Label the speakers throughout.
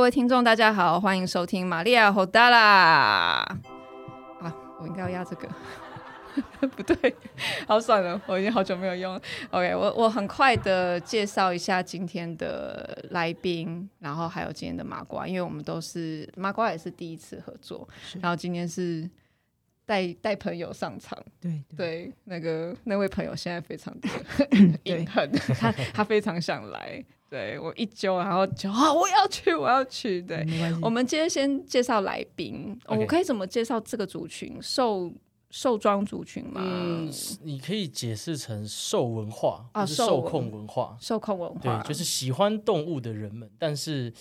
Speaker 1: 位听众，大家好，欢迎收听玛利亚·侯达拉。啊，我应该要压这个， 不对，好算了，我已经好久没有用了。OK，我我很快的介绍一下今天的来宾，然后还有今天的麻瓜，因为我们都是麻瓜也是第一次合作，然后今天是带带朋友上场。
Speaker 2: 对，
Speaker 1: 对，那个那位朋友现在非常 的
Speaker 2: 对
Speaker 1: 隐恨，他他非常想来。对我一揪，然后就啊，我要去，我要去。对，
Speaker 2: 没关系
Speaker 1: 我。们今天先介绍来宾，哦
Speaker 3: 嗯 OK
Speaker 1: 我可以怎么介绍这个族群？寿寿庄族群吗？
Speaker 3: 嗯，你可以解释成兽文化，
Speaker 1: 啊
Speaker 3: 或是
Speaker 1: 兽
Speaker 3: 兽
Speaker 1: 文
Speaker 3: 控文化，
Speaker 1: 受控文化，
Speaker 3: 对，就是喜欢动物的人们，但是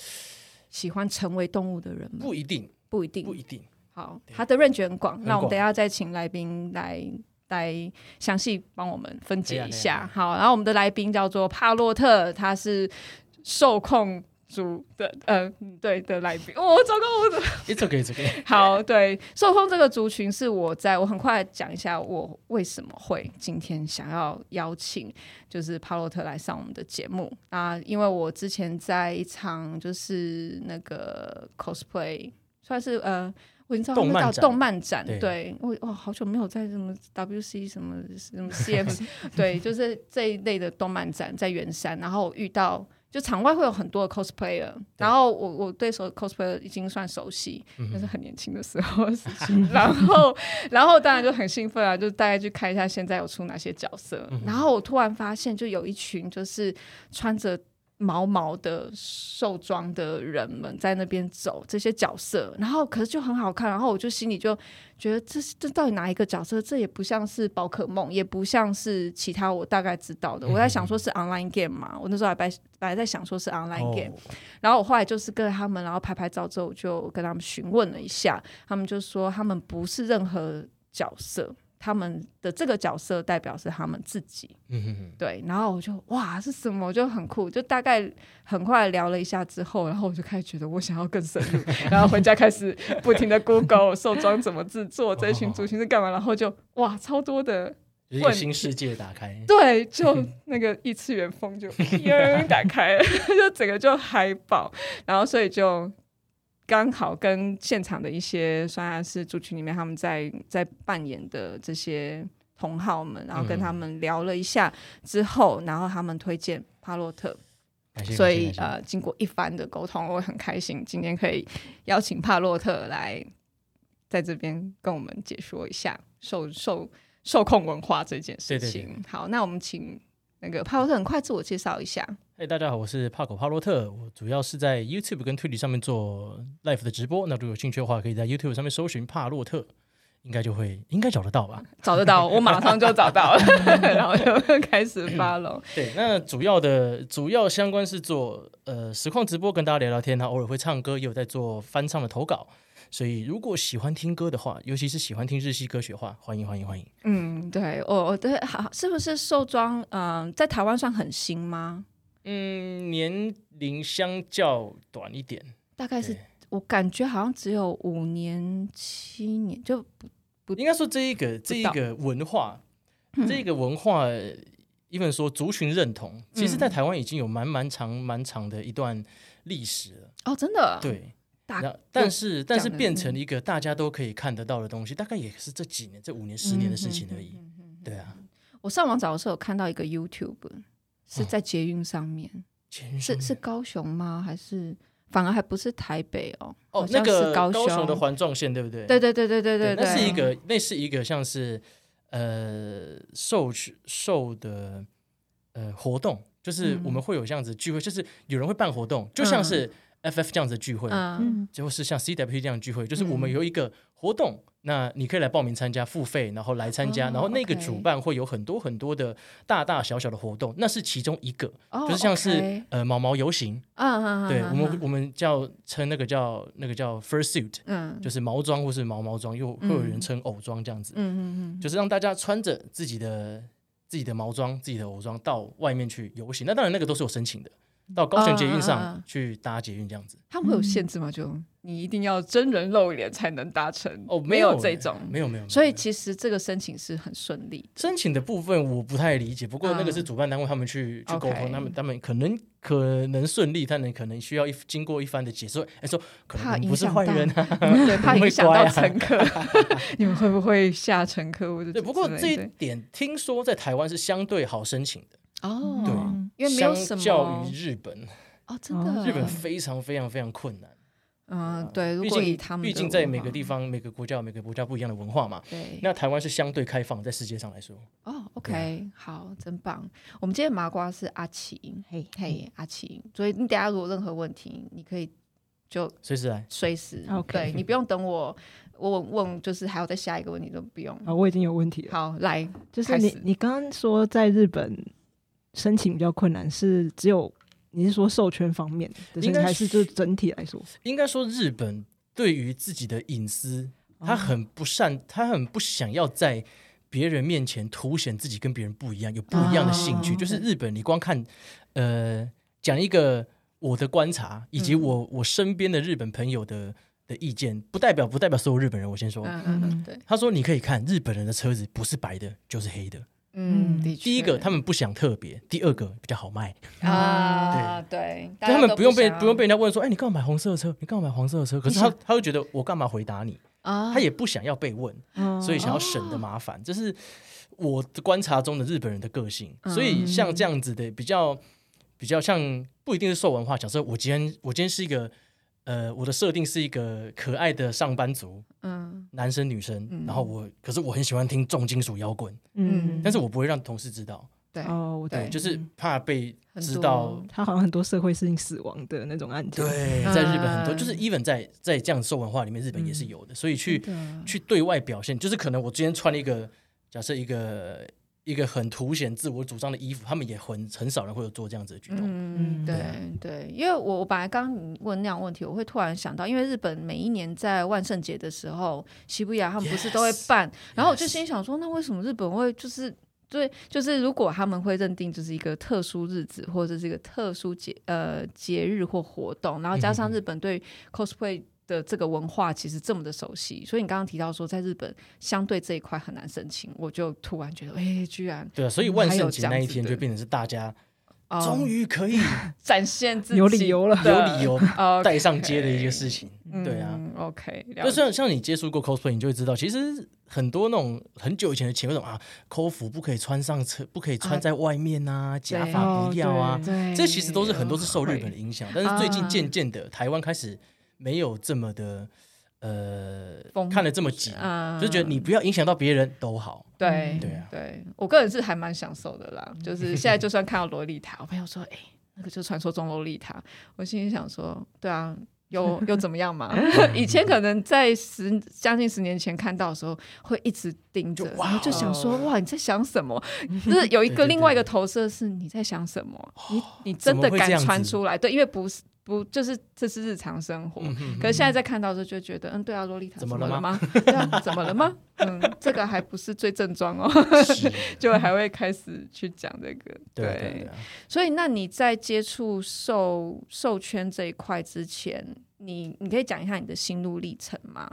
Speaker 1: 喜欢成为动物的人吗？
Speaker 3: 不一定，
Speaker 1: 不一定，
Speaker 3: 不一定。
Speaker 1: 好，他的 range 很广，那我们
Speaker 3: 广
Speaker 1: 等一下再请来宾来来详细帮我们分解一
Speaker 3: 哎呀哎
Speaker 1: 下
Speaker 3: 呀。
Speaker 1: 好，然后我们的来宾叫做帕洛特，他是受控组的，呃，嗯对的来宾。哦，糟糕，我怎么
Speaker 3: It's okay, it's okay。
Speaker 1: 好？对，受控这个族群是我在我很快讲一下我为什么会今天想要邀请就是帕洛特来上我们的节目啊，因为我之前在一场就是那个 cosplay 算是呃。我已经知道他们
Speaker 3: 动漫
Speaker 1: 叫
Speaker 3: 展
Speaker 1: 动漫展，
Speaker 3: 对
Speaker 1: 对我哇，好久没有在什么 WC 什么什么 CF，对，就是这一类的动漫展在圆山，然后我遇到就场外会有很多的 cosplayer，然后我我对所有 cosplayer 已经算熟悉，那、是很年轻的时候的事情，然后然后当然就很兴奋啊，就大概去看一下现在有出哪些角色。然后我突然发现，就有一群就是穿着毛毛的兽装的人们在那边走这些角色，然后可是就很好看，然后我就心里就觉得这是这到底哪一个角色？这也不像是宝可梦，也不像是其他我大概知道的。我在想说是 online game 嘛，我那时候还白本来在想说是 online
Speaker 3: 哦
Speaker 1: game，、然后我后来就是跟他们，然后拍拍照之后，我就跟他们询问了一下，他们就说他们不是任何角色，他们的这个角色代表是他们自己。
Speaker 3: 嗯哼哼，
Speaker 1: 对，然后我就哇是什么？我就很酷，就大概很快聊了一下之后，然后我就开始觉得我想要更深入，然后回家开始不停的 Google 兽装怎么制作，这一群族群是干嘛，然后就哇超多的
Speaker 3: 就是
Speaker 1: 问
Speaker 3: 一个新世界打开。
Speaker 1: 对，就 那个异次元风就嘤打开了， 就整个就嗨爆，然后所以就刚好跟现场的一些算是族群里面他们在在扮演的这些同好们，然后跟他们聊了一下之后，然后他们推荐帕洛特，
Speaker 3: 感谢
Speaker 1: 所
Speaker 3: 感谢
Speaker 1: 以
Speaker 3: 感谢
Speaker 1: 呃，经过一番的沟通，我很开心今天可以邀请帕洛特来在这边跟我们解说一下受受受控文化这件事情。
Speaker 3: 对对
Speaker 1: 好，那我们请那个帕洛特很快自我介绍一下。
Speaker 3: 嗨，大家好，我是帕狗帕洛特，我主要是在 YouTube 跟 Twitter 上面做 live 的直播。那如果有兴趣的话，可以在 YouTube 上面搜寻帕洛特，应该就会应该找得到吧？
Speaker 1: 找得到，我马上就找到了， 然后就 开始发了。
Speaker 3: 对，那主要的主要相关是做呃实况直播，跟大家聊聊天，然后偶尔会唱歌，也有在做翻唱的投稿。所以如果喜欢听歌的话，尤其是喜欢听日系歌曲的话，欢迎欢迎欢迎。
Speaker 1: 嗯，对，我我对，好，是不是寿装？嗯、在台湾算很新吗？
Speaker 3: 嗯，年龄相较短一点，
Speaker 1: 大概是
Speaker 3: 对
Speaker 1: 我感觉好像只有五年、七年，就
Speaker 3: 应该说这一个这一个文化，这一个文化，一本说族群认同，其实在台湾已经有蛮蛮长蛮长的一段历史了。
Speaker 1: 哦，真的，
Speaker 3: 对，
Speaker 1: 大
Speaker 3: 然后但是但是
Speaker 1: 讲得
Speaker 3: 变成一个大家都可以看得到的东西，大概也是这几年、这五年、十年的事情而已。对啊，
Speaker 1: 我上网找的时候有看到一个 YouTube，是在捷运上面，
Speaker 3: 前
Speaker 1: 是是高雄吗？还是反而还不是台北哦？好
Speaker 3: 哦，
Speaker 1: 像
Speaker 3: 那个
Speaker 1: 是高雄
Speaker 3: 的环状线，对不对？
Speaker 1: 对对对对对
Speaker 3: 对
Speaker 1: 对，
Speaker 3: 那是一个那是一个像是呃受去受的呃活动，就是我们会有这样子聚会，就是有人会办活动，就像是 FF 这样子的聚会，
Speaker 1: 嗯
Speaker 2: 嗯，
Speaker 3: 就是像 CWP 这样的聚会，就是我们有一个活动。那你可以来报名参加，付费然后来参加，
Speaker 1: 哦
Speaker 3: 然后那个
Speaker 1: OK
Speaker 3: 主办会有很多很多的大大小小的活动，那是其中一个，
Speaker 1: 哦
Speaker 3: 就是像
Speaker 1: OK
Speaker 3: 是呃毛毛游行，
Speaker 1: 嗯嗯，
Speaker 3: 对我
Speaker 1: 嗯
Speaker 3: 们我们叫称那个叫那个叫 fursuit，
Speaker 1: 嗯
Speaker 3: 就是毛装或是毛毛装，又会有人称偶装这样子，
Speaker 1: 嗯嗯嗯
Speaker 3: 就是让大家穿着自己的自己的毛装、自己的偶装到外面去游行。那当然，那个都是有申请的，到高雄捷运
Speaker 1: 啊啊啊
Speaker 3: 上去搭捷运这样子。
Speaker 1: 他们会有限制吗？就嗯你一定要真人露脸才能达成
Speaker 3: 哦，
Speaker 1: 没
Speaker 3: 有
Speaker 1: 这
Speaker 3: 欸
Speaker 1: 种，
Speaker 3: 没有没有。没有
Speaker 1: 所以
Speaker 3: 没有
Speaker 1: 其实这个申请是很顺利的。
Speaker 3: 申请的部分我不太理解，不过那个
Speaker 1: 嗯
Speaker 3: 是主办单位他们去去沟
Speaker 1: OK
Speaker 3: 通，他们他们可能可能顺利，但你可能需要一经过一番的解说，哎，说可
Speaker 1: 怕
Speaker 3: 能
Speaker 1: 影
Speaker 3: 不是
Speaker 1: 响
Speaker 3: 坏
Speaker 1: 到
Speaker 3: 人 啊。
Speaker 1: 对，怕影响到
Speaker 3: 会乖啊
Speaker 1: 乘客， 你们会不会下乘客或者
Speaker 3: 对，不过
Speaker 1: 之类
Speaker 3: 这一
Speaker 1: 的
Speaker 3: 点听说在台湾是相对好申请的，
Speaker 1: 哦，
Speaker 2: 对
Speaker 1: 因为没有什
Speaker 3: 相
Speaker 1: 么
Speaker 3: 较于日本，
Speaker 1: 哦，真的
Speaker 3: 日本非常非常非常困难。
Speaker 1: 嗯，对，如
Speaker 3: 毕
Speaker 1: 果以
Speaker 3: 竟
Speaker 1: 他们
Speaker 3: 毕
Speaker 1: 的
Speaker 3: 竟在
Speaker 1: 文
Speaker 3: 每
Speaker 1: 化
Speaker 3: 个地方、每个国家有每个国家不一样的文化嘛。
Speaker 1: 对
Speaker 3: 那台湾是相对开放，在世界上来说，
Speaker 1: 哦，OK，好，真棒。我们今天的麻瓜是阿奇，
Speaker 2: 嘿，
Speaker 1: 嘿，阿奇，所以你等下如果有任何问题，你可以就
Speaker 3: 随时来。
Speaker 1: 随时
Speaker 2: OK
Speaker 1: 对你不用等我，我问就是还有再下一个问题都不用。
Speaker 2: 啊，我已经有问题了。
Speaker 1: 好，来，
Speaker 2: 就是
Speaker 1: 开
Speaker 2: 你
Speaker 1: 始
Speaker 2: 你刚刚说在日本申请比较困难，是只有你是说授权方面的
Speaker 3: 应
Speaker 2: 申
Speaker 3: 该
Speaker 2: 请，还是就是整体来说？
Speaker 3: 应该说，日本对于自己的隐私，他
Speaker 2: 哦
Speaker 3: 很不善，他很不想要在别人面前凸显自己跟别人不一样，有不一样的兴趣。
Speaker 1: 哦
Speaker 3: 就是日本，你光看，呃，讲一个我的观察，以及
Speaker 1: 嗯
Speaker 3: 我、我身边的日本朋友的的意见，不代表不代表所有日本人。我先说，
Speaker 1: 嗯嗯嗯，对，
Speaker 3: 他说你可以看日本人的车子不是白的，就是黑的。
Speaker 1: 嗯，
Speaker 2: 嗯
Speaker 1: 的确，
Speaker 3: 第一个，他们不想特别；第二个，比较好卖，
Speaker 1: 啊，对，大
Speaker 3: 但
Speaker 1: 家
Speaker 3: 他们
Speaker 1: 都
Speaker 3: 不用被
Speaker 1: 想
Speaker 3: 不用被人家问说，哎，你干嘛买红色的车？你干嘛买黄色的车？可是他
Speaker 1: 你
Speaker 3: 他会觉得我干嘛回答你？
Speaker 1: 啊，
Speaker 3: 他也不想要被问，
Speaker 2: 哦
Speaker 3: 所以想要省
Speaker 1: 哦
Speaker 3: 的麻烦，这是我的观察中的日本人的个性。
Speaker 1: 嗯
Speaker 3: 所以像这样子的比较比较像不一定是受文化，假设我今天我今天是一个呃，我的设定是一个可爱的上班族，
Speaker 1: 嗯
Speaker 3: 男生女生，
Speaker 1: 嗯
Speaker 3: 然后我可是我很喜欢听重金属摇滚，
Speaker 1: 嗯
Speaker 3: 但是我不会让同事知道，
Speaker 1: 对，
Speaker 2: 哦，我
Speaker 1: 对嗯
Speaker 2: 懂，
Speaker 3: 就是怕被
Speaker 1: 很
Speaker 3: 知
Speaker 1: 多
Speaker 3: 道。
Speaker 2: 他好像很多社会性死亡的那种案件，
Speaker 3: 对，
Speaker 1: 嗯
Speaker 3: 在日本很多，就是 even 在在这样受文化里面，日本也是有的，所以去
Speaker 1: 真的
Speaker 3: 去对外表现，就是可能我今天穿了一个假设一个一个很凸显自我主张的衣服，他们也很很少人会有做这样子的举动。
Speaker 1: 嗯，
Speaker 2: 嗯
Speaker 1: 对
Speaker 3: 对啊
Speaker 1: 对，因为我我本来刚刚你问那样问题，我会突然想到，因为日本每一年在万圣节的时候，西布亚他们不是都会
Speaker 3: Yes，
Speaker 1: 办然后我就
Speaker 3: yes
Speaker 1: 心想说，那为什么日本会就是？对，就是如果他们会认定就是一个特殊日子或者是一个特殊节呃节日或活动，然后加上
Speaker 3: 嗯嗯嗯
Speaker 1: 日本对 cosplay 的这个文化其实这么的熟悉，所以你刚刚提到说在日本相对这一块很难申请，我就突然觉得，哎，居然、
Speaker 3: 对啊，所以万圣节那一
Speaker 1: 还有这样
Speaker 3: 天
Speaker 1: 子的
Speaker 3: 就变成是大家
Speaker 1: 呃
Speaker 3: 终于可 以
Speaker 1: 展现自己
Speaker 2: 有理由了。
Speaker 3: 有理由
Speaker 1: 呃
Speaker 3: 带上街的一个事情。对啊，
Speaker 1: 嗯，OK，了
Speaker 3: 那
Speaker 1: 解。
Speaker 3: 像像你接触过 cosplay，你就会知道，其实很多那种很久以前的前辈那种啊，cos 服不可以穿上车，不可以
Speaker 1: 啊
Speaker 3: 穿在外面啊，假
Speaker 1: 对
Speaker 3: 发不要啊，
Speaker 1: 对
Speaker 3: 这其实都是很多是受日本的影响，但是最近
Speaker 1: 哎啊
Speaker 3: 渐渐的，台湾开始没有这么的呃
Speaker 1: 风
Speaker 3: 看得这么紧，
Speaker 1: 啊
Speaker 3: 就是觉得你不要影响到别人 都好。
Speaker 1: 对
Speaker 3: 对啊
Speaker 1: 对，我个人是还蛮享受的啦。就是现在就算看到洛丽塔，我朋友说：“哎、那个就是传说中洛丽塔。”我心里想说：“对啊。”又又怎么样嘛？ 以前可能在十将近十年前看到的时候，会一直盯着
Speaker 3: 就，哇
Speaker 1: 然后就想说：“
Speaker 2: 哦
Speaker 1: 哇，你在想什 么？”就是有一
Speaker 3: 对
Speaker 1: 个
Speaker 3: 对
Speaker 1: 另外一个
Speaker 3: 对
Speaker 1: 投射是你在想什么？你你
Speaker 3: 怎
Speaker 1: 真
Speaker 3: 么
Speaker 1: 的
Speaker 3: 会
Speaker 1: 敢
Speaker 3: 这样
Speaker 1: 传
Speaker 3: 子
Speaker 1: 出来？对，因为不是不就是这是日常生活，
Speaker 3: 嗯哼
Speaker 1: 可是现在在看到的时候，就觉得，嗯，对啊，洛丽塔
Speaker 3: 怎
Speaker 1: 么
Speaker 3: 么了
Speaker 1: 吗？ 对啊，怎么了吗？嗯，这个还不是最正装哦，
Speaker 3: 是
Speaker 1: 就还会开始去讲这个。
Speaker 3: 对啊对啊对啊
Speaker 1: 所以那你在接触授授圈这一块之前，你你可以讲一下你的心路历程吗？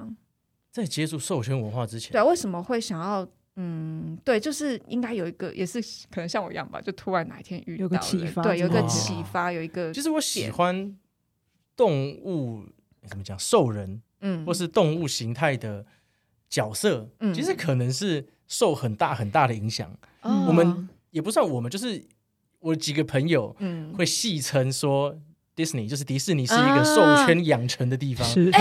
Speaker 3: 在接触授权文化之前
Speaker 1: 对，啊，为什么会想要？嗯，对，就是应该有一个，也是可能像我一样吧，就突然哪一天遇到
Speaker 2: 有个
Speaker 1: 了
Speaker 2: 启发
Speaker 1: 对，有一个
Speaker 3: 之类的
Speaker 1: 启发，有一个
Speaker 3: 其实我喜欢动物怎么讲，兽人
Speaker 1: 嗯，
Speaker 3: 或是动物形态的角色
Speaker 1: 嗯，
Speaker 3: 其实可能是受很大很大的影响，
Speaker 1: 哦
Speaker 3: 我们也不算我们，就是我几个朋友
Speaker 1: 嗯
Speaker 3: 会戏称说。Disney 就是迪士尼是一
Speaker 1: 啊
Speaker 3: 个授权养成的地方，
Speaker 2: 是，是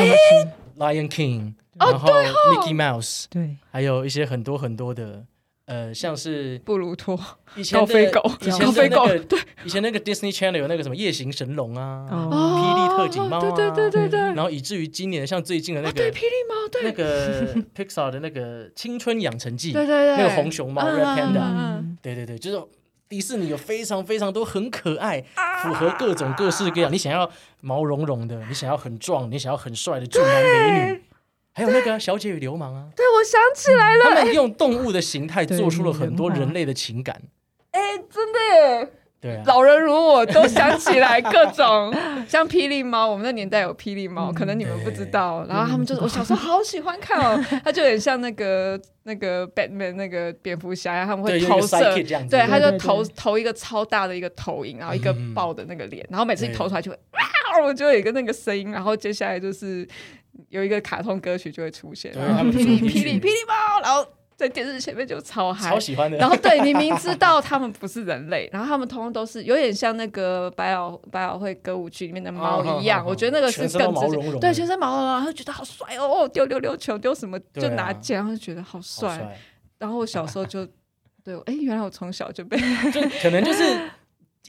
Speaker 3: Lion King，、然
Speaker 1: 哦
Speaker 3: 后 Mickey Mouse，
Speaker 2: 对，
Speaker 3: 还有一些很多很多的，呃，像是
Speaker 1: 布鲁托
Speaker 3: 以前
Speaker 1: 高
Speaker 3: 的
Speaker 1: 飞狗，
Speaker 3: 以前
Speaker 1: 高
Speaker 3: 的
Speaker 1: 飞狗
Speaker 3: 那个以前那个 Disney Channel 有那个什么夜行神龙啊，
Speaker 2: 哦，
Speaker 1: 哦，
Speaker 3: 霹雳特警猫啊
Speaker 1: 对对对对对，
Speaker 3: 然后以至于今年像最近的那
Speaker 1: 啊
Speaker 3: 个、
Speaker 1: 对霹雳猫，对
Speaker 3: 那个 Pixar 的那个青春养成记，
Speaker 1: 对对对，
Speaker 3: 那个红熊猫
Speaker 1: 嗯
Speaker 3: Red Panda，
Speaker 1: 嗯
Speaker 3: 对对对，就是。迪士尼有非常非常多很可爱，
Speaker 1: 啊
Speaker 3: 符合各种各式各样。你想要毛茸茸的，你想要很壮，你想要很帅的俊男美女，还有那个啊小姐与流氓啊，
Speaker 1: 对，我想起来了，
Speaker 3: 他们用动物的形态做出了很多
Speaker 2: 对拟人化
Speaker 3: 人类的情感。
Speaker 1: 哎，真的耶，
Speaker 3: 对啊，
Speaker 1: 老人如我都想起 来各种，像霹雳猫，我们那年代有霹雳猫，可能你们不知道。然后他们就是我小时候好喜欢看哦， 它就很像那个那个 Batman 那个蝙蝠侠，他们会
Speaker 3: 对，
Speaker 1: 投射，
Speaker 3: 对，这样子，
Speaker 1: 对，他
Speaker 2: 对
Speaker 1: 就
Speaker 2: 对
Speaker 1: 投
Speaker 2: 对
Speaker 1: 投一个超大的一个投影，然后一个
Speaker 3: 嗯
Speaker 1: 爆的那个脸，然后每次一
Speaker 3: 对
Speaker 1: 投出来就会啊，我就有一个那个声音，然后接下来就是有一个卡通歌曲就会出现，
Speaker 3: 对
Speaker 1: 然后
Speaker 3: 他们主
Speaker 1: 嗯霹雳
Speaker 3: 题
Speaker 1: 霹
Speaker 3: 曲
Speaker 1: 雳霹雳猫，然后在电视前面就超 嗨
Speaker 3: 超。喜欢的。
Speaker 1: 然后对，你明知道他们不是人类，然后他们通通都是有点像那个百老百老汇歌舞剧里面的猫一样，
Speaker 3: 哦
Speaker 1: 我觉得那个是
Speaker 3: 全身都
Speaker 1: 更
Speaker 3: 毛
Speaker 1: 直接。
Speaker 3: 茸茸的，
Speaker 1: 对，全身毛茸茸，然后觉得好帅哦，哦丢溜溜球丢什么
Speaker 3: 对
Speaker 1: 就
Speaker 3: 啊
Speaker 1: 拿奖，然后就觉得好
Speaker 3: 好
Speaker 1: 帅。然后我小时候 就对，哎，原来我从小就被
Speaker 3: 帅，就可 能就是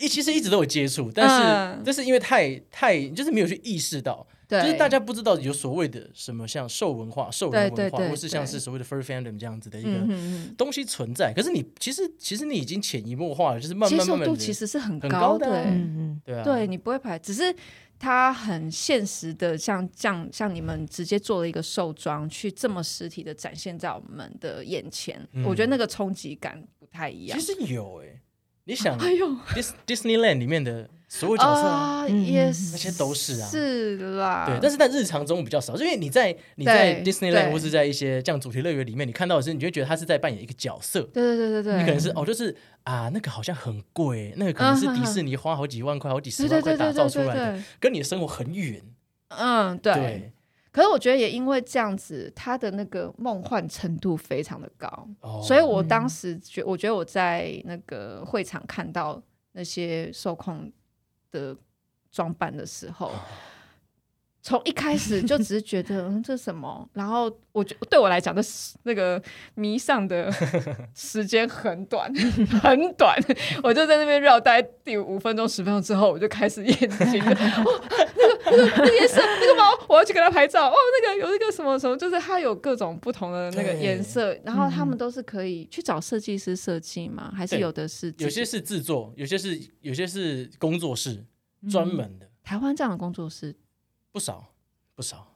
Speaker 3: 一其实一直都有接触，但是
Speaker 1: 嗯
Speaker 3: 这是因为太太就是没有去意识到，
Speaker 1: 对，
Speaker 3: 就是大家不知道有所谓的什么像兽文化、兽
Speaker 1: 对
Speaker 3: 人
Speaker 1: 对
Speaker 3: 文化，
Speaker 1: 对
Speaker 3: 或是像
Speaker 1: 对
Speaker 3: 是所谓的 fur fandom 这样子的 一
Speaker 1: 嗯
Speaker 3: 个
Speaker 1: 嗯
Speaker 3: 东西存在。可是你其实其实你已经潜移默化了，就是
Speaker 1: 嗯，
Speaker 3: 慢
Speaker 1: 接
Speaker 3: 慢
Speaker 1: 受
Speaker 3: 慢慢
Speaker 1: 度
Speaker 3: 的，
Speaker 1: 其实是很
Speaker 3: 很
Speaker 1: 高
Speaker 3: 高的
Speaker 1: 的
Speaker 3: 啊
Speaker 1: 欸，
Speaker 2: 嗯
Speaker 3: 对啊，
Speaker 1: 对你不会排，只是它很现实的，像像像你们直接做了一个兽装，去这么实体的展现在我们的眼前，
Speaker 3: 嗯
Speaker 1: 我觉得那个冲击感不太一样
Speaker 3: 其。实有哎，你想
Speaker 1: 哎呦
Speaker 3: Dis Disneyland 里面的所有角色啊。
Speaker 2: 嗯
Speaker 1: 也
Speaker 2: 嗯
Speaker 1: 是
Speaker 3: 那些都是啊
Speaker 1: 是啦，
Speaker 3: 对，但是在日常中比较少，因为你在你在
Speaker 1: 对
Speaker 3: Disneyland
Speaker 1: 对
Speaker 3: 或是在一些这样主题乐园里面，你看到的是，你就会觉得他是在扮演一个角色，
Speaker 1: 对对对对对，
Speaker 3: 你可能是哦，就是啊，那个好像很贵，那个可能是迪士尼花好几万块、好几十
Speaker 1: 对对
Speaker 3: 万块
Speaker 1: 对
Speaker 3: 打
Speaker 1: 对
Speaker 3: 造
Speaker 1: 对
Speaker 3: 出
Speaker 1: 对
Speaker 3: 来的，
Speaker 1: 对，
Speaker 3: 跟你的生活很远。
Speaker 1: 嗯对。
Speaker 3: 对，
Speaker 1: 可是我觉得也因为这样子，它的那个梦幻程度非常的高。
Speaker 3: 哦，
Speaker 1: 所以我当时觉，我觉得我在那个会场看到那些受控的装扮的时候，
Speaker 3: 啊
Speaker 1: 从一开始就只是觉得，嗯，这是什么？然后我觉对我来讲，这是那个迷上 的时间很短，很短。我就在那边绕，大概第五分钟、十分钟之后，我就开始眼睛就，哦，那个、那个、那个颜色，那个猫，我要去跟它拍照。哦，那个有一个什么什么，就是它有各种不同的那个
Speaker 3: 对
Speaker 1: 颜色，然后他们都是可以去找设计师设计吗？还是
Speaker 3: 对
Speaker 1: 有的是自
Speaker 3: 有些
Speaker 1: 己
Speaker 3: 是制作，有些是有些是工作室
Speaker 1: 嗯
Speaker 2: 嗯
Speaker 3: 专门的，
Speaker 1: 台湾这样的工作室？
Speaker 3: 不少不少。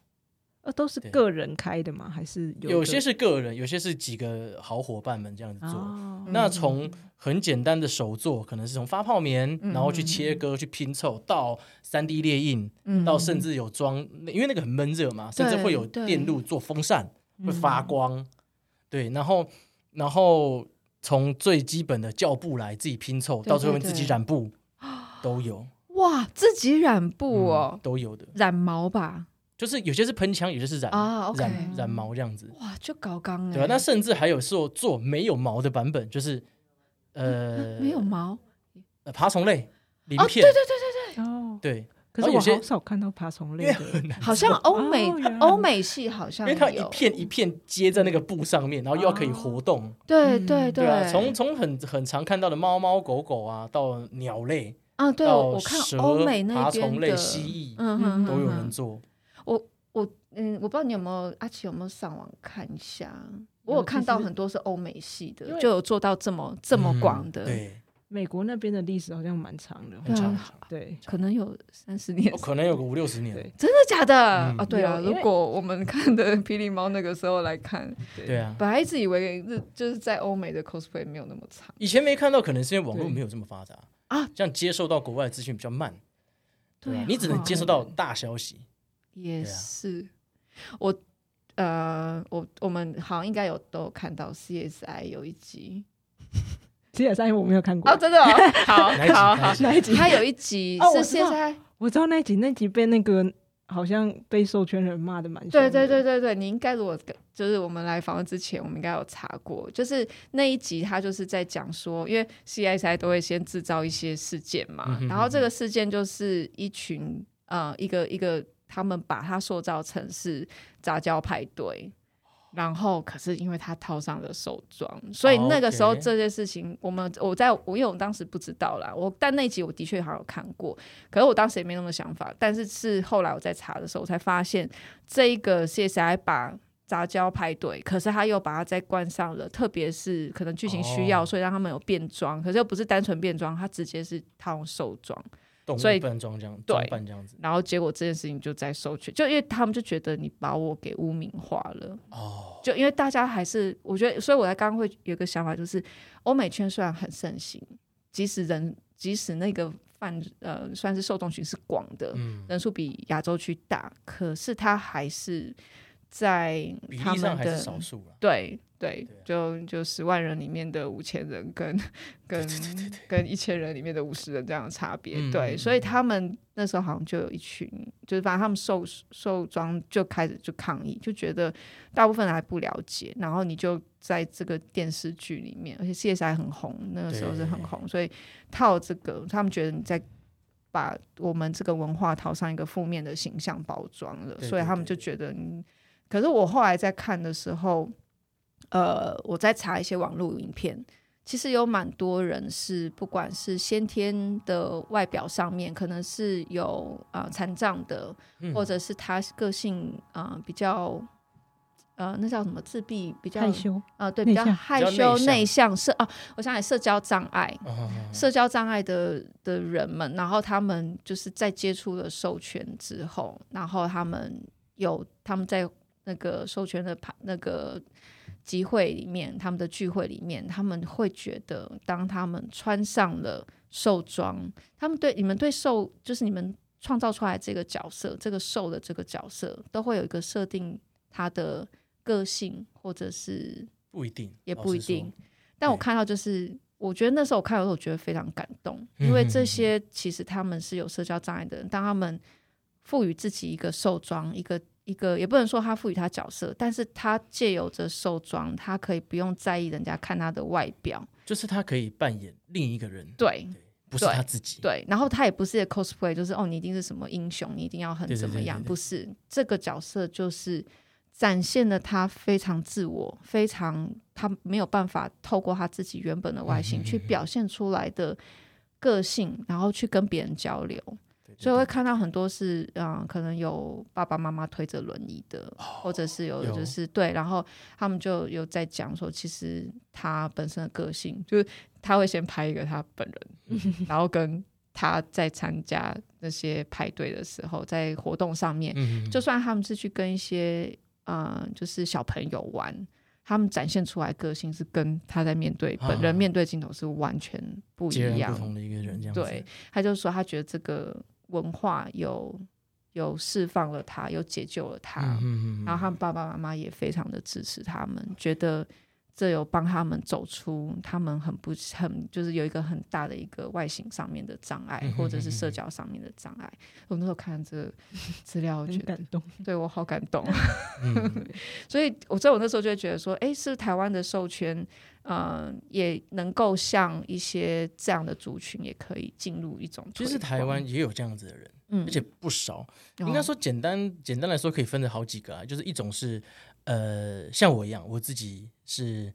Speaker 2: 呃，都是
Speaker 3: 对
Speaker 2: 个人开的吗？还是有
Speaker 3: 有
Speaker 2: 一个
Speaker 3: 些是个人，有些是几个好伙伴们这样子做。
Speaker 2: 哦
Speaker 3: 那从很简单的手做，可能是从发泡棉，
Speaker 1: 嗯
Speaker 3: 然后去切割、去拼凑，到三 D 列印，
Speaker 1: 嗯
Speaker 3: 到甚至有装，因为那个很闷热嘛，
Speaker 1: 对嗯
Speaker 3: 甚至会有电路做风扇，
Speaker 2: 嗯
Speaker 3: 会发光。对，然后然后从最基本的胶布来自己拼凑，
Speaker 1: 对
Speaker 3: 到最后面
Speaker 1: 对
Speaker 3: 自己
Speaker 1: 对
Speaker 3: 染布都有，
Speaker 1: 哇，自己染布
Speaker 3: 嗯
Speaker 1: 哦，
Speaker 3: 都有的。
Speaker 1: 染毛吧？
Speaker 3: 就是有些是喷枪，有些是染、
Speaker 1: 啊，OK
Speaker 3: 染染毛这样子。
Speaker 1: 哇，就搞刚哎，
Speaker 3: 对吧、啊那甚至还有做做没有毛的版本，就是呃，
Speaker 1: 嗯啊没有毛
Speaker 3: 呃爬虫类鳞
Speaker 1: 哦，对
Speaker 3: 呃片，
Speaker 1: 对对
Speaker 2: 哦，
Speaker 3: 对
Speaker 2: 可是
Speaker 3: 然后有
Speaker 2: 我
Speaker 3: 些
Speaker 2: 好少看到爬虫类
Speaker 3: 因为
Speaker 2: 的，
Speaker 1: 对，好像欧美
Speaker 2: 哦原来
Speaker 1: 欧美系好
Speaker 3: 因
Speaker 1: 像
Speaker 3: 为它一
Speaker 1: 有，
Speaker 3: 片一片接在那个布上面，然后又要可以活动，
Speaker 1: 对
Speaker 2: 嗯
Speaker 1: 哦对
Speaker 3: 对啊，从从很很常看到的猫猫狗狗啊，到鸟类，
Speaker 1: 啊，对
Speaker 3: 到
Speaker 1: 我看
Speaker 3: 蛇
Speaker 1: 欧美那
Speaker 3: 爬
Speaker 1: 边
Speaker 3: 虫类
Speaker 1: 的，
Speaker 3: 蜥蜴
Speaker 1: 嗯哼，
Speaker 3: 都有人
Speaker 1: 嗯
Speaker 3: 做。
Speaker 1: 我嗯，我不知道你有没有阿奇有没有上网看一下，我
Speaker 2: 有
Speaker 1: 有
Speaker 2: 其
Speaker 1: 看到
Speaker 2: 实
Speaker 1: 很多是欧美系
Speaker 2: 因
Speaker 1: 的，
Speaker 2: 为
Speaker 1: 就有做到这么这么广的，啊
Speaker 3: 嗯对，
Speaker 2: 美国那边的历史好像蛮长的，
Speaker 3: 很
Speaker 1: 对啊
Speaker 3: 长，
Speaker 2: 对，
Speaker 1: 可能有三十年
Speaker 3: 哦，可能有个五六十年
Speaker 2: 对。
Speaker 1: 真的假的？
Speaker 3: 嗯
Speaker 1: 哦，对啊，
Speaker 2: 有
Speaker 1: 如
Speaker 2: 因为
Speaker 1: 果我们看的 《霹雳猫》那个时候来看，
Speaker 3: 对啊，
Speaker 1: 本来一直以为日就是在欧美的 cosplay 没有那么长
Speaker 3: 以前没看到，可能是因为网络
Speaker 2: 对
Speaker 3: 没有这么发达
Speaker 1: 啊，
Speaker 3: 这样接受到国外的资讯比较慢。
Speaker 1: 对
Speaker 3: 啊
Speaker 1: 啊
Speaker 3: 你只能接收到大消息。
Speaker 1: 也
Speaker 3: 对啊
Speaker 1: 是，我呃，我我们好像应该有都有看到 CSI 有一集
Speaker 2: 其实三我没有看过
Speaker 1: 哦，，真的、哦， 好
Speaker 3: 哪一集
Speaker 1: 好
Speaker 3: 哪
Speaker 1: 好
Speaker 3: 一，集
Speaker 2: 那一集
Speaker 1: 它有一集
Speaker 2: 哦我
Speaker 1: 是
Speaker 2: 知道
Speaker 1: CSI，
Speaker 2: 我知道那一集，那一集被那个好像被授权人骂的蛮凶
Speaker 1: 对
Speaker 2: 的，
Speaker 1: 对对对对，你应该如果就是我们来访问之前，我们应该有查过，就是那一集他就是在讲说，因为 CSI 都会先制造一些事件嘛，
Speaker 3: 嗯哼
Speaker 1: 然后这个事件就是一群呃一个一个他们把它塑造成是杂交派对。然后，可是因为他套上了手装，所以那个时候
Speaker 3: 哦 OK
Speaker 1: 这件事情，我们我在我因为我当时不知道啦，我但那集我的确好像有看过，可是我当时也没那么想法，但是是后来我在查的时候，我才发现这一个 CSI 把杂交派对，可是他又把它再冠上了，特别是可能剧情需要，
Speaker 3: 哦
Speaker 1: 所以让他们有变装，可是又不是单纯变装，他直接是套用兽装，
Speaker 3: 动
Speaker 1: 所以
Speaker 3: 物扮装这样，
Speaker 1: 对
Speaker 3: 装扮这样子。
Speaker 1: 然后结果这件事情就在授权，就因为他们就觉得你把我给污名化了，
Speaker 3: 哦，
Speaker 1: 就因为大家还是我觉得，所以我在刚刚会有一个想法，就是欧美圈虽然很盛行，即使人即使那个范呃算是受众群是广的，
Speaker 3: 嗯，
Speaker 1: 人数比亚洲区大，可是它还是在
Speaker 3: 比
Speaker 1: 他
Speaker 3: 例上
Speaker 1: 们
Speaker 3: 还是
Speaker 1: 的
Speaker 3: 少数了。
Speaker 1: 对对
Speaker 3: 对啊，
Speaker 1: 就就十万人里面的五千人 跟跟跟一千人里面的五十人这样的差别，
Speaker 3: 嗯嗯
Speaker 1: 对，
Speaker 3: 嗯
Speaker 1: 所以他们那时候好像就有一群，就是反正他们受受装就开始就抗议，就觉得大部分人还不了解，然后你就在这个电视剧里面，而且 CSI 很红，那个时候是很红，所以套这个，他们觉得你在。把我们这个文化套上一个负面的形象包装了，
Speaker 3: 对
Speaker 1: 所以
Speaker 3: 对
Speaker 1: 他们就
Speaker 3: 对
Speaker 1: 觉得你。可是我后来在看的时候，呃，我在查一些网络影片，其实有蛮多人是不管是先天的外表上面，可能是有啊残障的，
Speaker 3: 嗯
Speaker 1: 或者是他个性啊、呃比较呃那叫什么自闭，比较
Speaker 2: 害羞，
Speaker 1: 啊、对，
Speaker 2: 内
Speaker 1: 比较
Speaker 2: 向
Speaker 1: 害
Speaker 3: 比较
Speaker 1: 羞
Speaker 3: 内向
Speaker 1: 内向社啊，我想起社交障碍，
Speaker 3: 啊啊啊
Speaker 1: 社交障碍的的人们，然后他们就是在接触了授权之后，然后他们有他们在那个授权的盘那个集会里面，他们的聚会里面，他们会觉得，当他们穿上了兽装，他们对你们对兽就是你们创造出来这个角色，这个兽的这个角色，都会有一个设定他的个性或者是
Speaker 3: 不一定，
Speaker 1: 也
Speaker 3: 老
Speaker 1: 不
Speaker 3: 实
Speaker 1: 一
Speaker 3: 说
Speaker 1: 定。。但我
Speaker 3: 对
Speaker 1: 看到就是，我觉得那时候我看到的时候，我觉得非常感动，因为这些其实他们是有社交障碍的人，当他们赋予自己一个兽装，一个一个也不能说他赋予他角色，但是他借由着兽装，他可以不用在意人家看他的外表，
Speaker 3: 就是他可以扮演另一个人，
Speaker 1: 对
Speaker 3: 不是他自己。
Speaker 1: 对，然后他也不是 cosplay，就是哦，你一定是什么英雄，你一定要很
Speaker 3: 对对
Speaker 1: 怎么
Speaker 3: 对对
Speaker 1: 样，
Speaker 3: 对
Speaker 1: 不是这个角色就是。展现了他非常自我，非常他没有办法透过他自己原本的外形
Speaker 3: 嗯嗯嗯
Speaker 1: 去表现出来的个性，然后去跟别人交流，
Speaker 3: 对，对
Speaker 1: 所以会
Speaker 3: 对
Speaker 1: 看到很多是嗯、呃可能有爸爸妈妈推着轮椅的，或者是有
Speaker 3: 哦有
Speaker 1: 就是对，然后他们就有在讲说，其实他本身的个性就是他会先拍一个他本
Speaker 3: 嗯
Speaker 1: 人，然后跟他在参加那些派对的时候，在活动上面，
Speaker 3: 嗯，嗯
Speaker 1: 就算他们是去跟一些呃，就是小朋友玩，他们展现出来个性是跟他在面对本人
Speaker 3: 啊
Speaker 1: 面对镜头是完全不
Speaker 3: 截
Speaker 1: 一
Speaker 3: 然
Speaker 1: 样
Speaker 3: 不。同的一个人这样子。
Speaker 1: 对，他就说他觉得这个文化有有释放了他，有解救了他。
Speaker 3: 嗯，嗯嗯嗯
Speaker 1: 然后他们爸爸妈妈也非常的支持他们，觉得这有帮他们走出他们很不很就是有一个很大的一个外形上面的障碍，
Speaker 3: 嗯
Speaker 1: 或者是
Speaker 3: 嗯嗯
Speaker 1: 社
Speaker 3: 嗯
Speaker 1: 交上面的障碍。我那时候看这个资料，我觉
Speaker 2: 很
Speaker 1: 得
Speaker 2: 感动。
Speaker 1: 对我好感动。啊
Speaker 3: 嗯
Speaker 1: 所以我在我那时候就会觉得说，哎，是不是台湾的授权，呃，也能够像一些这样的族群，也可以进入一种推广。
Speaker 3: 其实台湾也有这样子的人，
Speaker 1: 嗯，
Speaker 3: 而且不少。
Speaker 1: 哦
Speaker 3: 应该说简单简单来说，可以分成好几个啊，就是一种是呃，像我一样，我自己是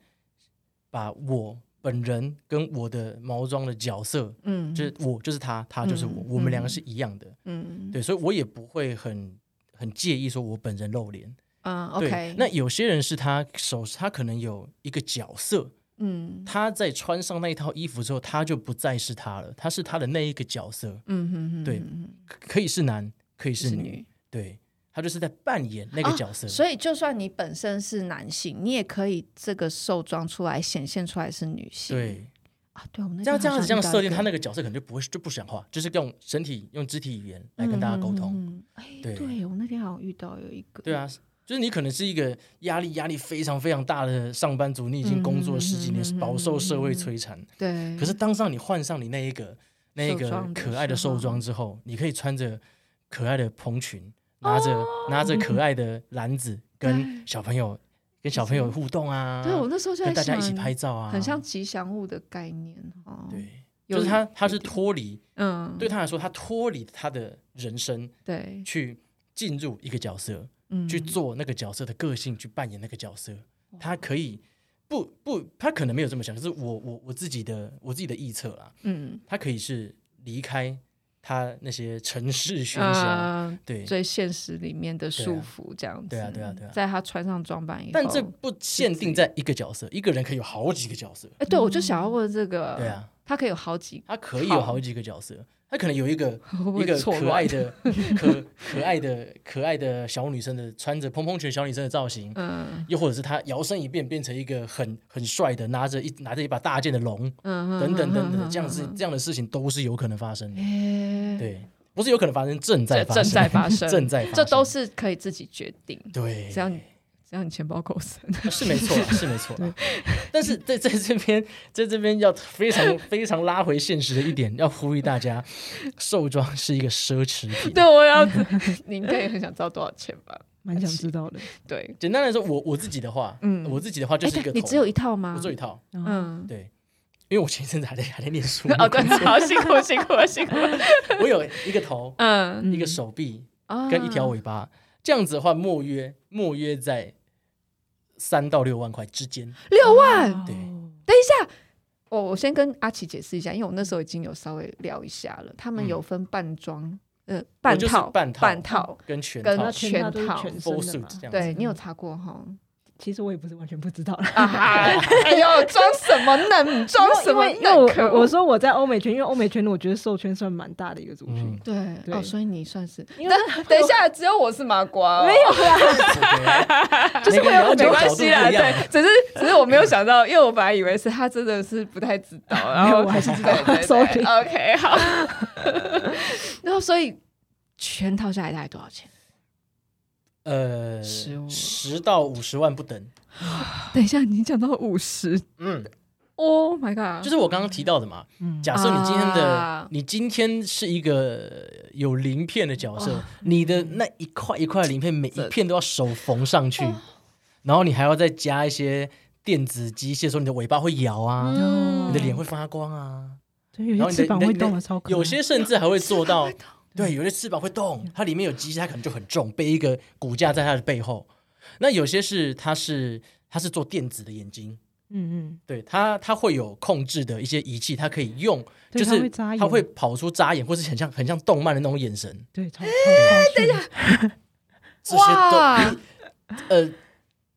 Speaker 3: 把我本人跟我的毛装的角色，
Speaker 1: 嗯，
Speaker 3: 就是我就是他，他就是我，
Speaker 1: 嗯
Speaker 3: 我们
Speaker 1: 嗯
Speaker 3: 两个是一样的，
Speaker 1: 嗯
Speaker 3: 对，所以我也不会很很介意说我本人露脸。
Speaker 1: 嗯
Speaker 3: 对
Speaker 1: ，OK，
Speaker 3: 那有些人是他手他可能有一个角色，
Speaker 1: 嗯
Speaker 3: 他在穿上那一套衣服之后，他就不再是他了，他是他的那一个角色，
Speaker 1: 嗯嗯嗯，
Speaker 3: 对
Speaker 1: 嗯嗯
Speaker 3: 可可以是男，可以是
Speaker 1: 是
Speaker 3: 女，
Speaker 1: 女，啊
Speaker 3: 对他就是在扮演那个角色。
Speaker 1: 所以就算你本身是男性，你也可以这个兽装出来显现出来是女性。
Speaker 3: 对，
Speaker 1: 啊，对，我们那
Speaker 3: 这样这样子这样设定，他
Speaker 1: 个
Speaker 3: 那个角色可能就不会就不讲话，就是用身体用肢体语言来跟大家沟通。。
Speaker 1: 嗯嗯嗯哎，
Speaker 3: 对
Speaker 1: 对我那天好像遇到有一个，
Speaker 3: 对啊，就是你可能是一个压力压力非常非常大的上班族，你已经工作十几年，
Speaker 1: 嗯
Speaker 3: 饱受社会摧残。
Speaker 1: 对，
Speaker 3: 可是当上你换上你那一个那一
Speaker 1: 兽
Speaker 3: 个
Speaker 1: 装的
Speaker 3: 可爱的
Speaker 1: 时候
Speaker 3: 兽装之后，你可以穿着可爱的蓬裙，拿
Speaker 1: 哦
Speaker 3: 着、拿着可爱的 篮子，跟小朋友跟小朋友互动啊，
Speaker 1: 对我那时候就在
Speaker 3: 跟大家一起
Speaker 1: 想
Speaker 3: 拍照啊，
Speaker 1: 很像吉祥物的概念哦。
Speaker 3: 对，
Speaker 1: 有
Speaker 3: 就是他
Speaker 1: 一
Speaker 3: 他是脱离
Speaker 1: 嗯，
Speaker 3: 对他来说，他脱离他的人生
Speaker 1: 对，
Speaker 3: 去进入一个角色，
Speaker 1: 嗯，
Speaker 3: 去做那个角色的个性，去扮演那个角色，他可以。不不，他可能没有这么想，可是我我我自己的我自己的臆测啦，
Speaker 1: 嗯，
Speaker 3: 他可以是离开他那些城市喧嚣，
Speaker 1: 啊，
Speaker 3: 对。
Speaker 1: 最现实里面的束缚这样子。
Speaker 3: 对啊对啊对啊
Speaker 1: 在他穿上装扮以后，
Speaker 3: 但这不限定在一个角色，一个人可以有好几个角色，
Speaker 1: 哎，对我就想要问这个，
Speaker 3: 对啊，
Speaker 1: 他可以有好几
Speaker 3: 他可以有好几个角色，她可能有一个
Speaker 1: 会不会
Speaker 3: 一个
Speaker 1: 错
Speaker 3: 可
Speaker 1: 乱
Speaker 3: 爱？的可可爱的可爱的小女生的穿着蓬蓬裙小女生的造型，
Speaker 1: 嗯
Speaker 3: 又或者是她摇身一变变成一个很很帅的拿着一拿着一把大剑的龙，
Speaker 1: 嗯，
Speaker 3: 等等等等，这样
Speaker 1: 子。
Speaker 3: 子这样的事情都是有可能发生的。
Speaker 1: 哎，
Speaker 3: 对，不是有可能发生，正在
Speaker 1: 这
Speaker 3: 发
Speaker 1: 正
Speaker 3: 生
Speaker 1: 在发生，
Speaker 3: 正在发生，
Speaker 1: 这都是可以自己决定，
Speaker 3: 对，
Speaker 1: 只要你只要你钱包够深。
Speaker 3: 是没错啦，是没错
Speaker 1: 嗯
Speaker 3: 啦。但是在在这边，在这边要非常非常拉回现实的一点，要呼吁大家，寿装是一个奢侈品。
Speaker 1: 对，我要你应该也很想知道多少钱吧？
Speaker 2: 蛮想知道的。
Speaker 1: 对，
Speaker 3: 简单来说，我我自己的话，
Speaker 1: 嗯
Speaker 3: 我自己的话就是一个
Speaker 1: 你
Speaker 3: 头
Speaker 1: 只有一套吗
Speaker 3: 我？只有一套，
Speaker 1: 嗯，，
Speaker 3: 对。因为我前一阵子还在还在念书
Speaker 1: 哦，对，好辛苦辛苦辛苦。
Speaker 3: 我有一个头、
Speaker 1: 嗯，
Speaker 3: 一个手臂
Speaker 1: 啊
Speaker 3: 跟一条尾巴，这样子的话，莫约莫约在三到六万块之间。
Speaker 1: 六
Speaker 2: 嗯
Speaker 1: 万。
Speaker 3: 对
Speaker 1: 哦我我先跟阿奇解释一下，因为我那时候已经有稍微聊一下了，他们有分半装，呃，半
Speaker 3: 就是
Speaker 1: 套、嗯
Speaker 3: 半套
Speaker 1: 套。
Speaker 3: 跟全
Speaker 1: 跟
Speaker 3: 套
Speaker 2: 全套都是
Speaker 1: 全套
Speaker 2: 全
Speaker 3: full
Speaker 2: 身的
Speaker 3: suit 这
Speaker 2: 嘛。
Speaker 3: 样子。
Speaker 1: 对你有查过 哈？
Speaker 2: 其实我也不是完全不知道啦。
Speaker 1: 啊哈！哎呦，装什么嫩？装什么
Speaker 2: 因为我
Speaker 1: 嫩？可恶
Speaker 2: 我说我在欧美圈，因为欧美圈我觉得授圈算蛮大的一个族群
Speaker 3: 嗯，
Speaker 1: 对
Speaker 2: 对
Speaker 1: 哦，所以你算是
Speaker 2: 因为
Speaker 1: 但等一下，只有我是麻瓜、哦没有
Speaker 3: 就是会有
Speaker 1: 没关系啦，对，只是只是我没有想到，因为我本来以为是他真的是不太知道，然
Speaker 2: 没有
Speaker 1: 后
Speaker 2: 我还是知道
Speaker 1: 对对对
Speaker 2: sorry
Speaker 1: OK 好， 然后所以全套下来大概多少钱？
Speaker 3: 呃，
Speaker 1: 15
Speaker 3: 十到五十万不等。
Speaker 1: 等一下，你讲到五十
Speaker 3: 嗯，
Speaker 1: ，Oh my god，
Speaker 3: 就是我刚刚提到的嘛。
Speaker 2: 嗯
Speaker 3: 假设你今天的、
Speaker 1: 啊
Speaker 3: 你今天是一个有鳞片的角色，你的那一块一块鳞片，每一片都要手缝上去，然后你还要再加一些电子机械，说你的尾巴会摇啊，
Speaker 1: 嗯
Speaker 3: 你的脸会发光啊，
Speaker 2: 对，有
Speaker 3: 然
Speaker 2: 些
Speaker 3: 后你
Speaker 2: 翅
Speaker 3: 的
Speaker 2: 膀
Speaker 3: 你的
Speaker 2: 会
Speaker 3: 你的
Speaker 2: 动啊，超可爱。
Speaker 3: 有些甚至还会做到，对，有些翅膀会动，它里面有机械，它可能就很重，背一个骨架在它的背后。那有些是它是它是做电子的眼睛，
Speaker 2: 嗯
Speaker 3: 对它它会有控制的一些仪器，它可以用，
Speaker 2: 对
Speaker 3: 就是
Speaker 2: 它会眨眼
Speaker 3: 它会跑出眨眼，或是很像很像动漫的那种眼神
Speaker 2: 嗯，，对，超超超炫
Speaker 3: 这些
Speaker 1: 哇
Speaker 3: 都呃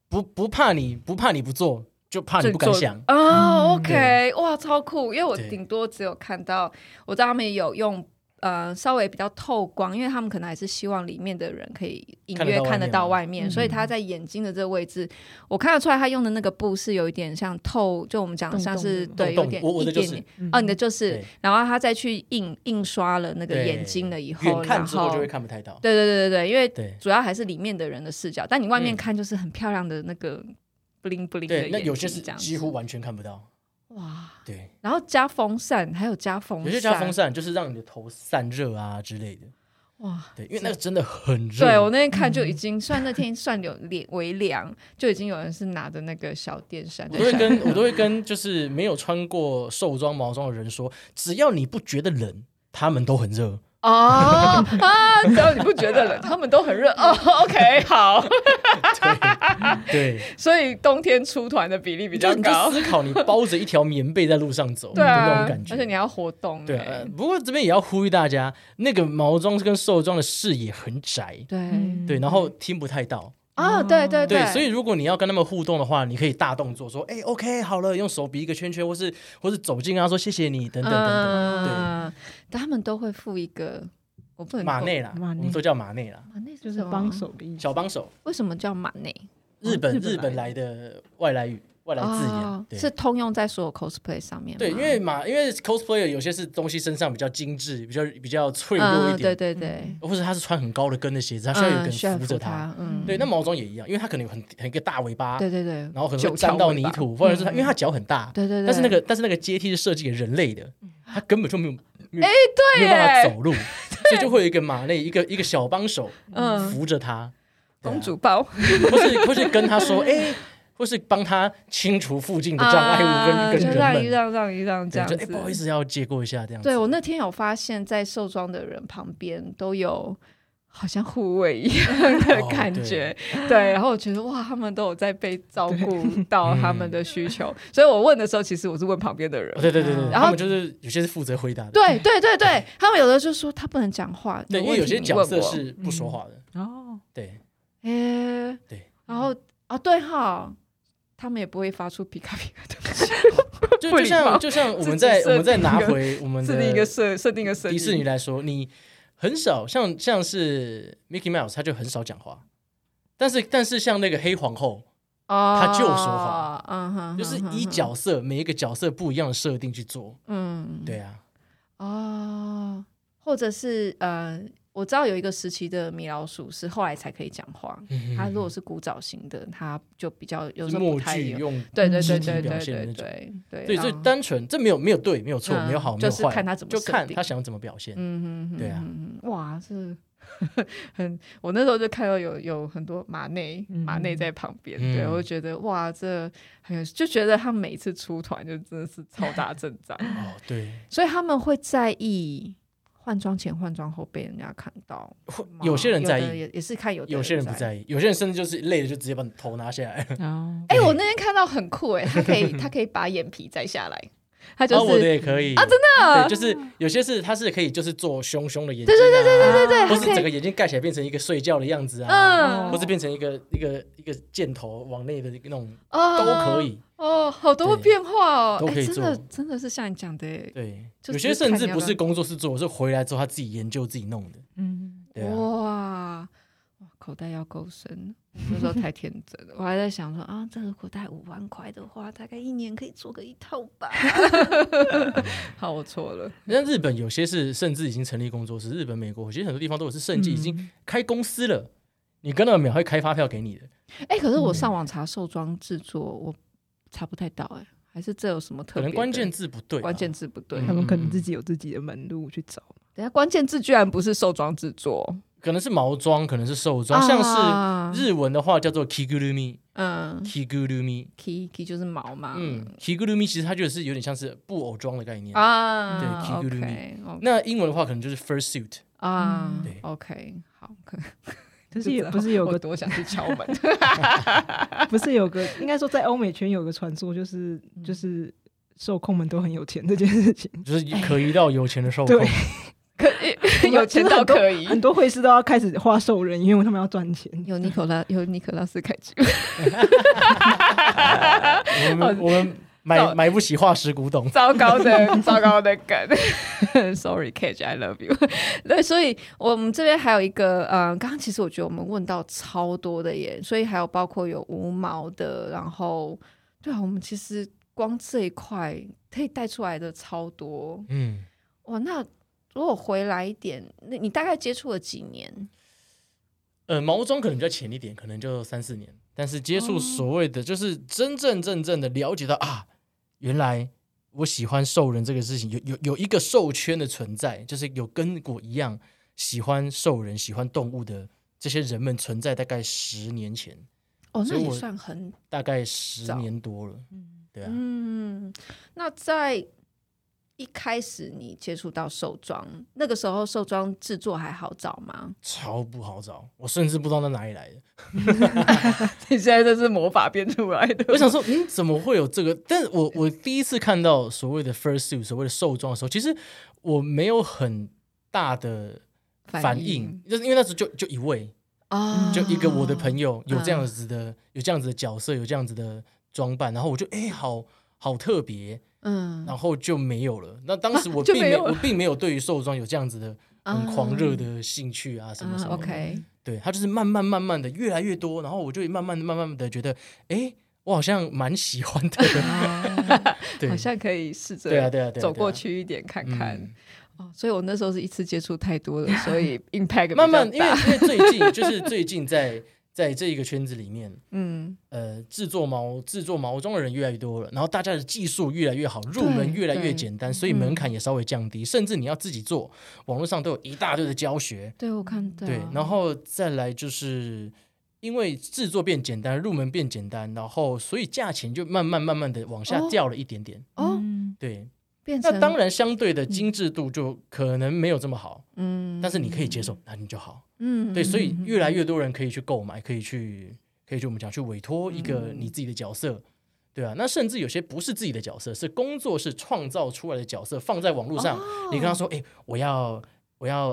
Speaker 3: 不不怕你不怕你不做，就怕你不敢想。
Speaker 1: 哦、
Speaker 2: 嗯
Speaker 1: o k 哇，超酷！因为我
Speaker 3: 对
Speaker 1: 顶多只有看到，我知道他们有用呃稍微比较透光，因为他们可能还是希望里面的人可以隐
Speaker 3: 看得
Speaker 1: 约
Speaker 3: 到外
Speaker 1: 看得
Speaker 3: 面
Speaker 1: 到
Speaker 3: 嘛
Speaker 1: 外面，
Speaker 2: 嗯
Speaker 1: 所以他在眼睛的这个位置，我看得出来他用的那个布是有一点像透，就我们讲
Speaker 2: 洞
Speaker 1: 像
Speaker 2: 洞
Speaker 1: 是
Speaker 2: 的
Speaker 1: 对，
Speaker 3: 洞
Speaker 1: 有点
Speaker 3: 洞我我的
Speaker 1: 一
Speaker 3: 就
Speaker 1: 点
Speaker 3: 是
Speaker 1: 点。
Speaker 2: 嗯
Speaker 1: 哦，你的就是
Speaker 3: 对，
Speaker 1: 然后他再去印印刷了那个
Speaker 3: 对
Speaker 1: 眼睛了以后，
Speaker 3: 远
Speaker 1: 然
Speaker 3: 看之后
Speaker 1: 后
Speaker 3: 就会看不太到。
Speaker 1: 对对对对对，因为
Speaker 3: 对
Speaker 1: 主要还是里面的人的视角，但你外面
Speaker 3: 嗯
Speaker 1: 看就是很漂亮的那个 bling bling 的
Speaker 3: 对，那
Speaker 1: 眼
Speaker 3: 有些
Speaker 1: 睛
Speaker 3: 是
Speaker 1: 这样
Speaker 3: 几
Speaker 1: 子
Speaker 3: 乎完全看不到。
Speaker 1: 哇，
Speaker 3: 对，
Speaker 1: 然后加风扇，还有加风扇，
Speaker 3: 有些加风扇就是让你的头散热啊之类的。
Speaker 1: 哇！
Speaker 3: 对，因为那个真的很热。
Speaker 1: 对我那天看就已
Speaker 3: 嗯
Speaker 1: 经，虽然那天算有点微凉，就已经有人是拿着那个小电扇在
Speaker 3: 我都会
Speaker 1: 扇。
Speaker 3: 跟我都会跟就是没有穿过寿装毛装的人说，只要你不觉得冷，他们都很热。
Speaker 1: 哦啊，只要你不觉得冷，他们都很热 哦。OK，好，
Speaker 3: 对，
Speaker 1: 所以冬天出团的比例比
Speaker 3: 你
Speaker 1: 较
Speaker 3: 就你就
Speaker 1: 高，
Speaker 3: 思考你包着一条棉被在路上走
Speaker 1: 对
Speaker 3: 的那
Speaker 1: 啊
Speaker 3: 种感，觉。
Speaker 1: 而且你要活动，
Speaker 3: 对、
Speaker 1: 哎
Speaker 3: 呃，不过这边也要呼吁大家，那个毛装跟寿装的视野很窄，
Speaker 1: 对
Speaker 2: 嗯
Speaker 3: 对，然后听不太到，
Speaker 1: 啊，对对
Speaker 3: 对，所以如果你要跟他们互动的话，你可以大动作说，哎，OK，好了，用手比一个圈圈，或是或是走近啊，说谢谢你，等等等等，对。
Speaker 1: 嗯，但他们都会附一个，我不能
Speaker 3: 马内啦，
Speaker 2: 马内
Speaker 3: 我们都叫马内啦，
Speaker 1: 马内
Speaker 2: 嗯就是
Speaker 1: 什么
Speaker 2: 帮，手的意思。
Speaker 3: 小帮手，
Speaker 1: 为什么叫马内？
Speaker 3: 日本
Speaker 2: 日本来的
Speaker 3: 日本来的外来语外来字
Speaker 1: 哦
Speaker 3: 眼，对
Speaker 1: 是通用在所有 cosplay 上面吗。
Speaker 3: 对，因为马因为 cosplayer 有些是东西身上比较精致，比较比较脆弱一
Speaker 1: 嗯，对
Speaker 3: 点，
Speaker 1: 对对，
Speaker 3: 或者他是穿很高的跟的鞋子，他需要有
Speaker 1: 嗯，
Speaker 3: 个
Speaker 1: 需要
Speaker 3: 人扶着他。
Speaker 1: 他，嗯，
Speaker 3: 对，那毛装也一样，因为他可能有很很一个大尾巴，
Speaker 1: 对对对，
Speaker 3: 然后可能
Speaker 1: 九
Speaker 3: 会
Speaker 1: 条
Speaker 3: 沾到
Speaker 1: 尾
Speaker 3: 泥
Speaker 1: 巴嗯
Speaker 3: 土，或者是他因为他脚很大，
Speaker 1: 对对对，
Speaker 3: 但是那个但是那个阶梯是设计给人类的，他根本就没有没有没
Speaker 1: 哎对
Speaker 3: 有办法
Speaker 1: 耶，
Speaker 3: 走 路，所以就会有一个马内一个一个小帮手
Speaker 1: 嗯，
Speaker 3: 扶着他，对啊
Speaker 1: 公主抱，
Speaker 3: 或是或是跟他说， 哎、或是帮他清除附近的障碍
Speaker 1: 啊
Speaker 3: 物跟
Speaker 1: 就
Speaker 3: 跟人
Speaker 1: 让
Speaker 3: 们
Speaker 1: 一。让让一让这
Speaker 3: 对
Speaker 1: 样
Speaker 3: 就
Speaker 1: 子
Speaker 3: 哎，，不好意思，要借过一下这样子。
Speaker 1: 对我那天有发现，在寿装的人旁边都有。好像护卫一样的
Speaker 3: 哦
Speaker 1: 感
Speaker 3: 对
Speaker 1: 觉， 对。然后我觉得哇，他们都有在被照顾到
Speaker 3: 嗯
Speaker 1: 他们的需求，所以我问的时候，其实我是问旁边的人
Speaker 3: 哦，。对对对对，
Speaker 1: 然
Speaker 3: 然
Speaker 1: 后
Speaker 3: 后就是有些是负责回答的，
Speaker 1: 对对对对，他们有的就说他不能讲话，
Speaker 3: 对，因为
Speaker 1: 问
Speaker 3: 有
Speaker 1: 题
Speaker 3: 些
Speaker 1: 你
Speaker 3: 角
Speaker 1: 问
Speaker 3: 色
Speaker 1: 我嗯
Speaker 3: 是不 说话的，
Speaker 2: 哦，
Speaker 3: 对
Speaker 1: 诶，哦
Speaker 3: 对，
Speaker 1: 然后啊，对哈，他们也不会发出皮卡皮卡的东
Speaker 3: 就
Speaker 1: 不
Speaker 3: 就
Speaker 1: 礼貌
Speaker 3: 像就像我
Speaker 1: 自
Speaker 3: 们
Speaker 1: 己
Speaker 3: 在
Speaker 1: 设
Speaker 3: 我们再
Speaker 1: 定
Speaker 3: 拿
Speaker 1: 一个
Speaker 3: 回 我们
Speaker 1: 西，
Speaker 3: 的
Speaker 1: 设定一个设设定一个设
Speaker 3: 迪士尼
Speaker 1: 定。
Speaker 3: 来说，你很少像像是 Mickey Mouse，他就很少讲话，但是但是像那个黑皇后，
Speaker 1: 哦，
Speaker 3: 他就有说法
Speaker 1: 嗯哼，
Speaker 3: 就是
Speaker 1: 哼
Speaker 3: 依，角色每一个角色不一样的设定去做，
Speaker 1: 嗯，
Speaker 3: 对啊，
Speaker 1: 哦，或者是呃，我知道有一个时期的米老鼠是后来才可以讲话，它如果是古早型的，它就比较有时
Speaker 3: 嗯是
Speaker 1: 候不
Speaker 3: 默
Speaker 1: 太
Speaker 3: 剧
Speaker 1: 有。
Speaker 3: 用
Speaker 1: 对对
Speaker 3: 肢
Speaker 1: 对
Speaker 3: 体
Speaker 1: 对
Speaker 3: 表
Speaker 1: 对
Speaker 3: 现
Speaker 1: 对
Speaker 3: 的那种。
Speaker 1: 对对，
Speaker 3: 对，所以
Speaker 1: 然后
Speaker 3: 单纯这没有没有对，没有错，
Speaker 1: 嗯
Speaker 3: 没有好，没有
Speaker 1: 就是
Speaker 3: 坏，
Speaker 1: 看他怎么
Speaker 3: 就看
Speaker 1: 设定
Speaker 3: 他想怎么表现。
Speaker 1: 嗯哼哼，
Speaker 3: 对啊
Speaker 1: 哼哼，哇，是很，我那时候就看到有有很多马内马内在旁边，对
Speaker 3: 嗯
Speaker 1: 我就觉得哇，这很有，就觉得他每次出团就真的是超大阵仗，
Speaker 3: 哦，对，
Speaker 1: 所以他们会在意换装前、换装后被人家看到
Speaker 3: 会
Speaker 1: 吗，
Speaker 3: 有些人在
Speaker 1: 的
Speaker 3: 意，
Speaker 1: 也也是看有的
Speaker 3: 有些人不
Speaker 1: 在意。
Speaker 3: 在意，有些人甚至就是累了就直接把你头拿下来。
Speaker 2: 哦，
Speaker 1: 哎、我那天看到很酷哎、他可以他可以把眼皮摘下来，他就
Speaker 3: 啊，我的
Speaker 1: 是、嗯
Speaker 3: 也可以啊，真
Speaker 1: 的
Speaker 3: 对，就是有些是它是可以就是做凶凶的眼睛、啊，
Speaker 1: 对对对对对对，
Speaker 3: 或
Speaker 1: 他
Speaker 3: 是
Speaker 1: 可
Speaker 3: 整
Speaker 1: 以
Speaker 3: 个眼睛盖起来变成一个睡觉的样子啊，
Speaker 1: 嗯
Speaker 3: 或是变成一个一个一个箭头往内的那种
Speaker 1: 哦
Speaker 3: 都可以。
Speaker 1: 哦，好多
Speaker 3: 对
Speaker 1: 变化哦，
Speaker 3: 都
Speaker 1: 哎
Speaker 3: 可以
Speaker 1: 真
Speaker 3: 做
Speaker 1: 的真的是像你讲的哎，
Speaker 3: 对，
Speaker 1: 就只
Speaker 3: 有些
Speaker 1: 是
Speaker 3: 甚
Speaker 1: 看
Speaker 3: 至
Speaker 1: 你要
Speaker 3: 不
Speaker 1: 不
Speaker 3: 是
Speaker 1: 要
Speaker 3: 工作室做，是回来之后他自己研究自己弄的。
Speaker 2: 嗯，
Speaker 3: 对啊，
Speaker 1: 哦哇，哇，口袋要够深，那时候太天真了。我还在想说啊，这如果带五万块的话，大概一年可以做个一套 吧。好，我错了。
Speaker 3: 那日本有些是甚至已经成立工作室，日本、美国其实很多地方都有是甚至已经
Speaker 2: 嗯
Speaker 3: 开公司了，你跟到秒会开发票给你的。
Speaker 1: 哎、可是
Speaker 3: 嗯
Speaker 1: 我上网查寿装制作，我查不太到哎、还是这有什么特
Speaker 3: 可
Speaker 1: 别的？
Speaker 3: 能关键字不对吧，啊
Speaker 1: 关键字不对，
Speaker 2: 他
Speaker 3: 嗯
Speaker 2: 们可能自己有自己的门路去找。
Speaker 1: 等一下关键字居然不是寿装制作，
Speaker 3: 可能是毛装，可能是寿装，像
Speaker 1: 啊
Speaker 3: 是日文的话叫做 kigurumi，kigurumi。
Speaker 1: 嗯，key 啊 key 就是毛嘛，
Speaker 3: 嗯，kigurumi 其实它就是有点像是布偶装的概念。
Speaker 1: 啊
Speaker 3: 对，kigurumi
Speaker 1: ，OK，哦
Speaker 3: 那英文的话可能就是 first suit，
Speaker 1: 啊
Speaker 3: 嗯对
Speaker 1: ，OK，好，可
Speaker 2: 嗯可是也不是有
Speaker 1: 我
Speaker 2: 个，
Speaker 1: 多想去敲 门，
Speaker 2: 不是有 个，应该说在欧美圈有个传说，就是就是受控们都很有钱这件事情，
Speaker 3: 就是可疑到有钱的受控。
Speaker 2: 对
Speaker 1: 可以 有钱到可以。
Speaker 2: 很多会师都要开始画兽人，因为他们要赚钱。
Speaker 1: 有尼可拉有尼可拉斯凯奇，
Speaker 3: 我们我们买
Speaker 1: 到
Speaker 3: 买不起化石古 董，
Speaker 1: 糟糕的糟糕的梗 ，Sorry Cage，I love you。对， 所以我们这边还有一个，嗯，刚刚其实我觉得我们问到超多的耶，所以还有包括有无毛的，然后对啊，我们其实光这一块可以带出来的超多
Speaker 3: 嗯，
Speaker 1: 哇。那如果回来一点，那你大概接触了几年？
Speaker 3: 呃，毛装可能比较浅一点，可能就三四年，但是接触
Speaker 1: 哦
Speaker 3: 所谓的就是真正真正的了解到啊，原来我喜欢兽人这个事情，有有有一个兽圈的存在，就是有跟我一样喜欢兽人、喜欢动物的这些人们存在，大概十年前，
Speaker 1: 哦，
Speaker 3: 所
Speaker 1: 那
Speaker 3: 以
Speaker 1: 也
Speaker 3: 我啊
Speaker 1: 算很
Speaker 3: 大概十
Speaker 1: 早
Speaker 3: 年多了，对啊，
Speaker 1: 嗯，那在一开始你接触到寿装，那个时候寿装制作还好找吗？
Speaker 3: 超不好找，我甚至不知道那哪里来的。
Speaker 1: 你 现在这是魔法变出来的
Speaker 3: 我想说，嗯，怎么会有这个？但我我第一次看到所谓的 first suit，所谓的兽装的时候，其实我没有很大的反应，就是因为那时候就就一位，
Speaker 1: 啊
Speaker 3: 就一个我的朋
Speaker 1: 哦
Speaker 3: 友有这样子的，有这样子的角色，有这样子的装扮，然后我就哎、好好特别，
Speaker 1: 嗯
Speaker 3: 然后就没有了。那当时我
Speaker 1: 就
Speaker 3: 并没
Speaker 1: 没
Speaker 3: 有，
Speaker 1: 有
Speaker 3: 我
Speaker 1: 了
Speaker 3: 并没有对于兽装有这样子的很狂热的兴趣啊，什么
Speaker 1: 啊
Speaker 3: 什么的。
Speaker 1: ，OK，
Speaker 3: 对，它就是慢慢慢慢的越来越多，然后我就慢慢的慢慢的觉得，哎，我好像蛮喜欢的。 对，
Speaker 1: 好像可以试
Speaker 3: 对啊，
Speaker 1: 着
Speaker 3: 对啊，对啊，
Speaker 1: 走过
Speaker 3: 对啊。
Speaker 1: 去一点看
Speaker 3: 嗯
Speaker 1: 看。哦，所以我那时候是一次接触太多了，所以 impact 比较
Speaker 3: 慢慢，因为
Speaker 1: 大
Speaker 3: 因为最近 就是最近在在这一个圈子里面，
Speaker 1: 嗯，
Speaker 3: 呃，制作毛制作毛装的人越来越多了，然后大家的技术越来越好，入门越来越
Speaker 1: 对嗯
Speaker 3: 简单，所以门槛也稍微降低，甚至你要自己做，网络上都有一大堆的教学。
Speaker 1: 对啊我看到
Speaker 3: 对，然后再来就是因为制作变简单，入门变简单，然后所以价钱就慢慢慢慢的往下
Speaker 1: 哦
Speaker 3: 掉了一点点。
Speaker 1: 哦，
Speaker 3: 对，
Speaker 1: 变成
Speaker 3: 那当然相对的精致度就可能没有这么好，
Speaker 1: 嗯，
Speaker 3: 但是你可以接受，那你就好。
Speaker 1: 嗯，
Speaker 3: 对，所以
Speaker 1: 嗯嗯
Speaker 3: 越来越多人可以去购买，可以去，可以去我们讲去委
Speaker 1: 嗯
Speaker 3: 托一个你自己的角色，对啊，那甚至有些不是自己的角色，是工作室创造出来的角色，
Speaker 1: 哦
Speaker 3: 放在网络上，你跟他说，哎、我要，我要，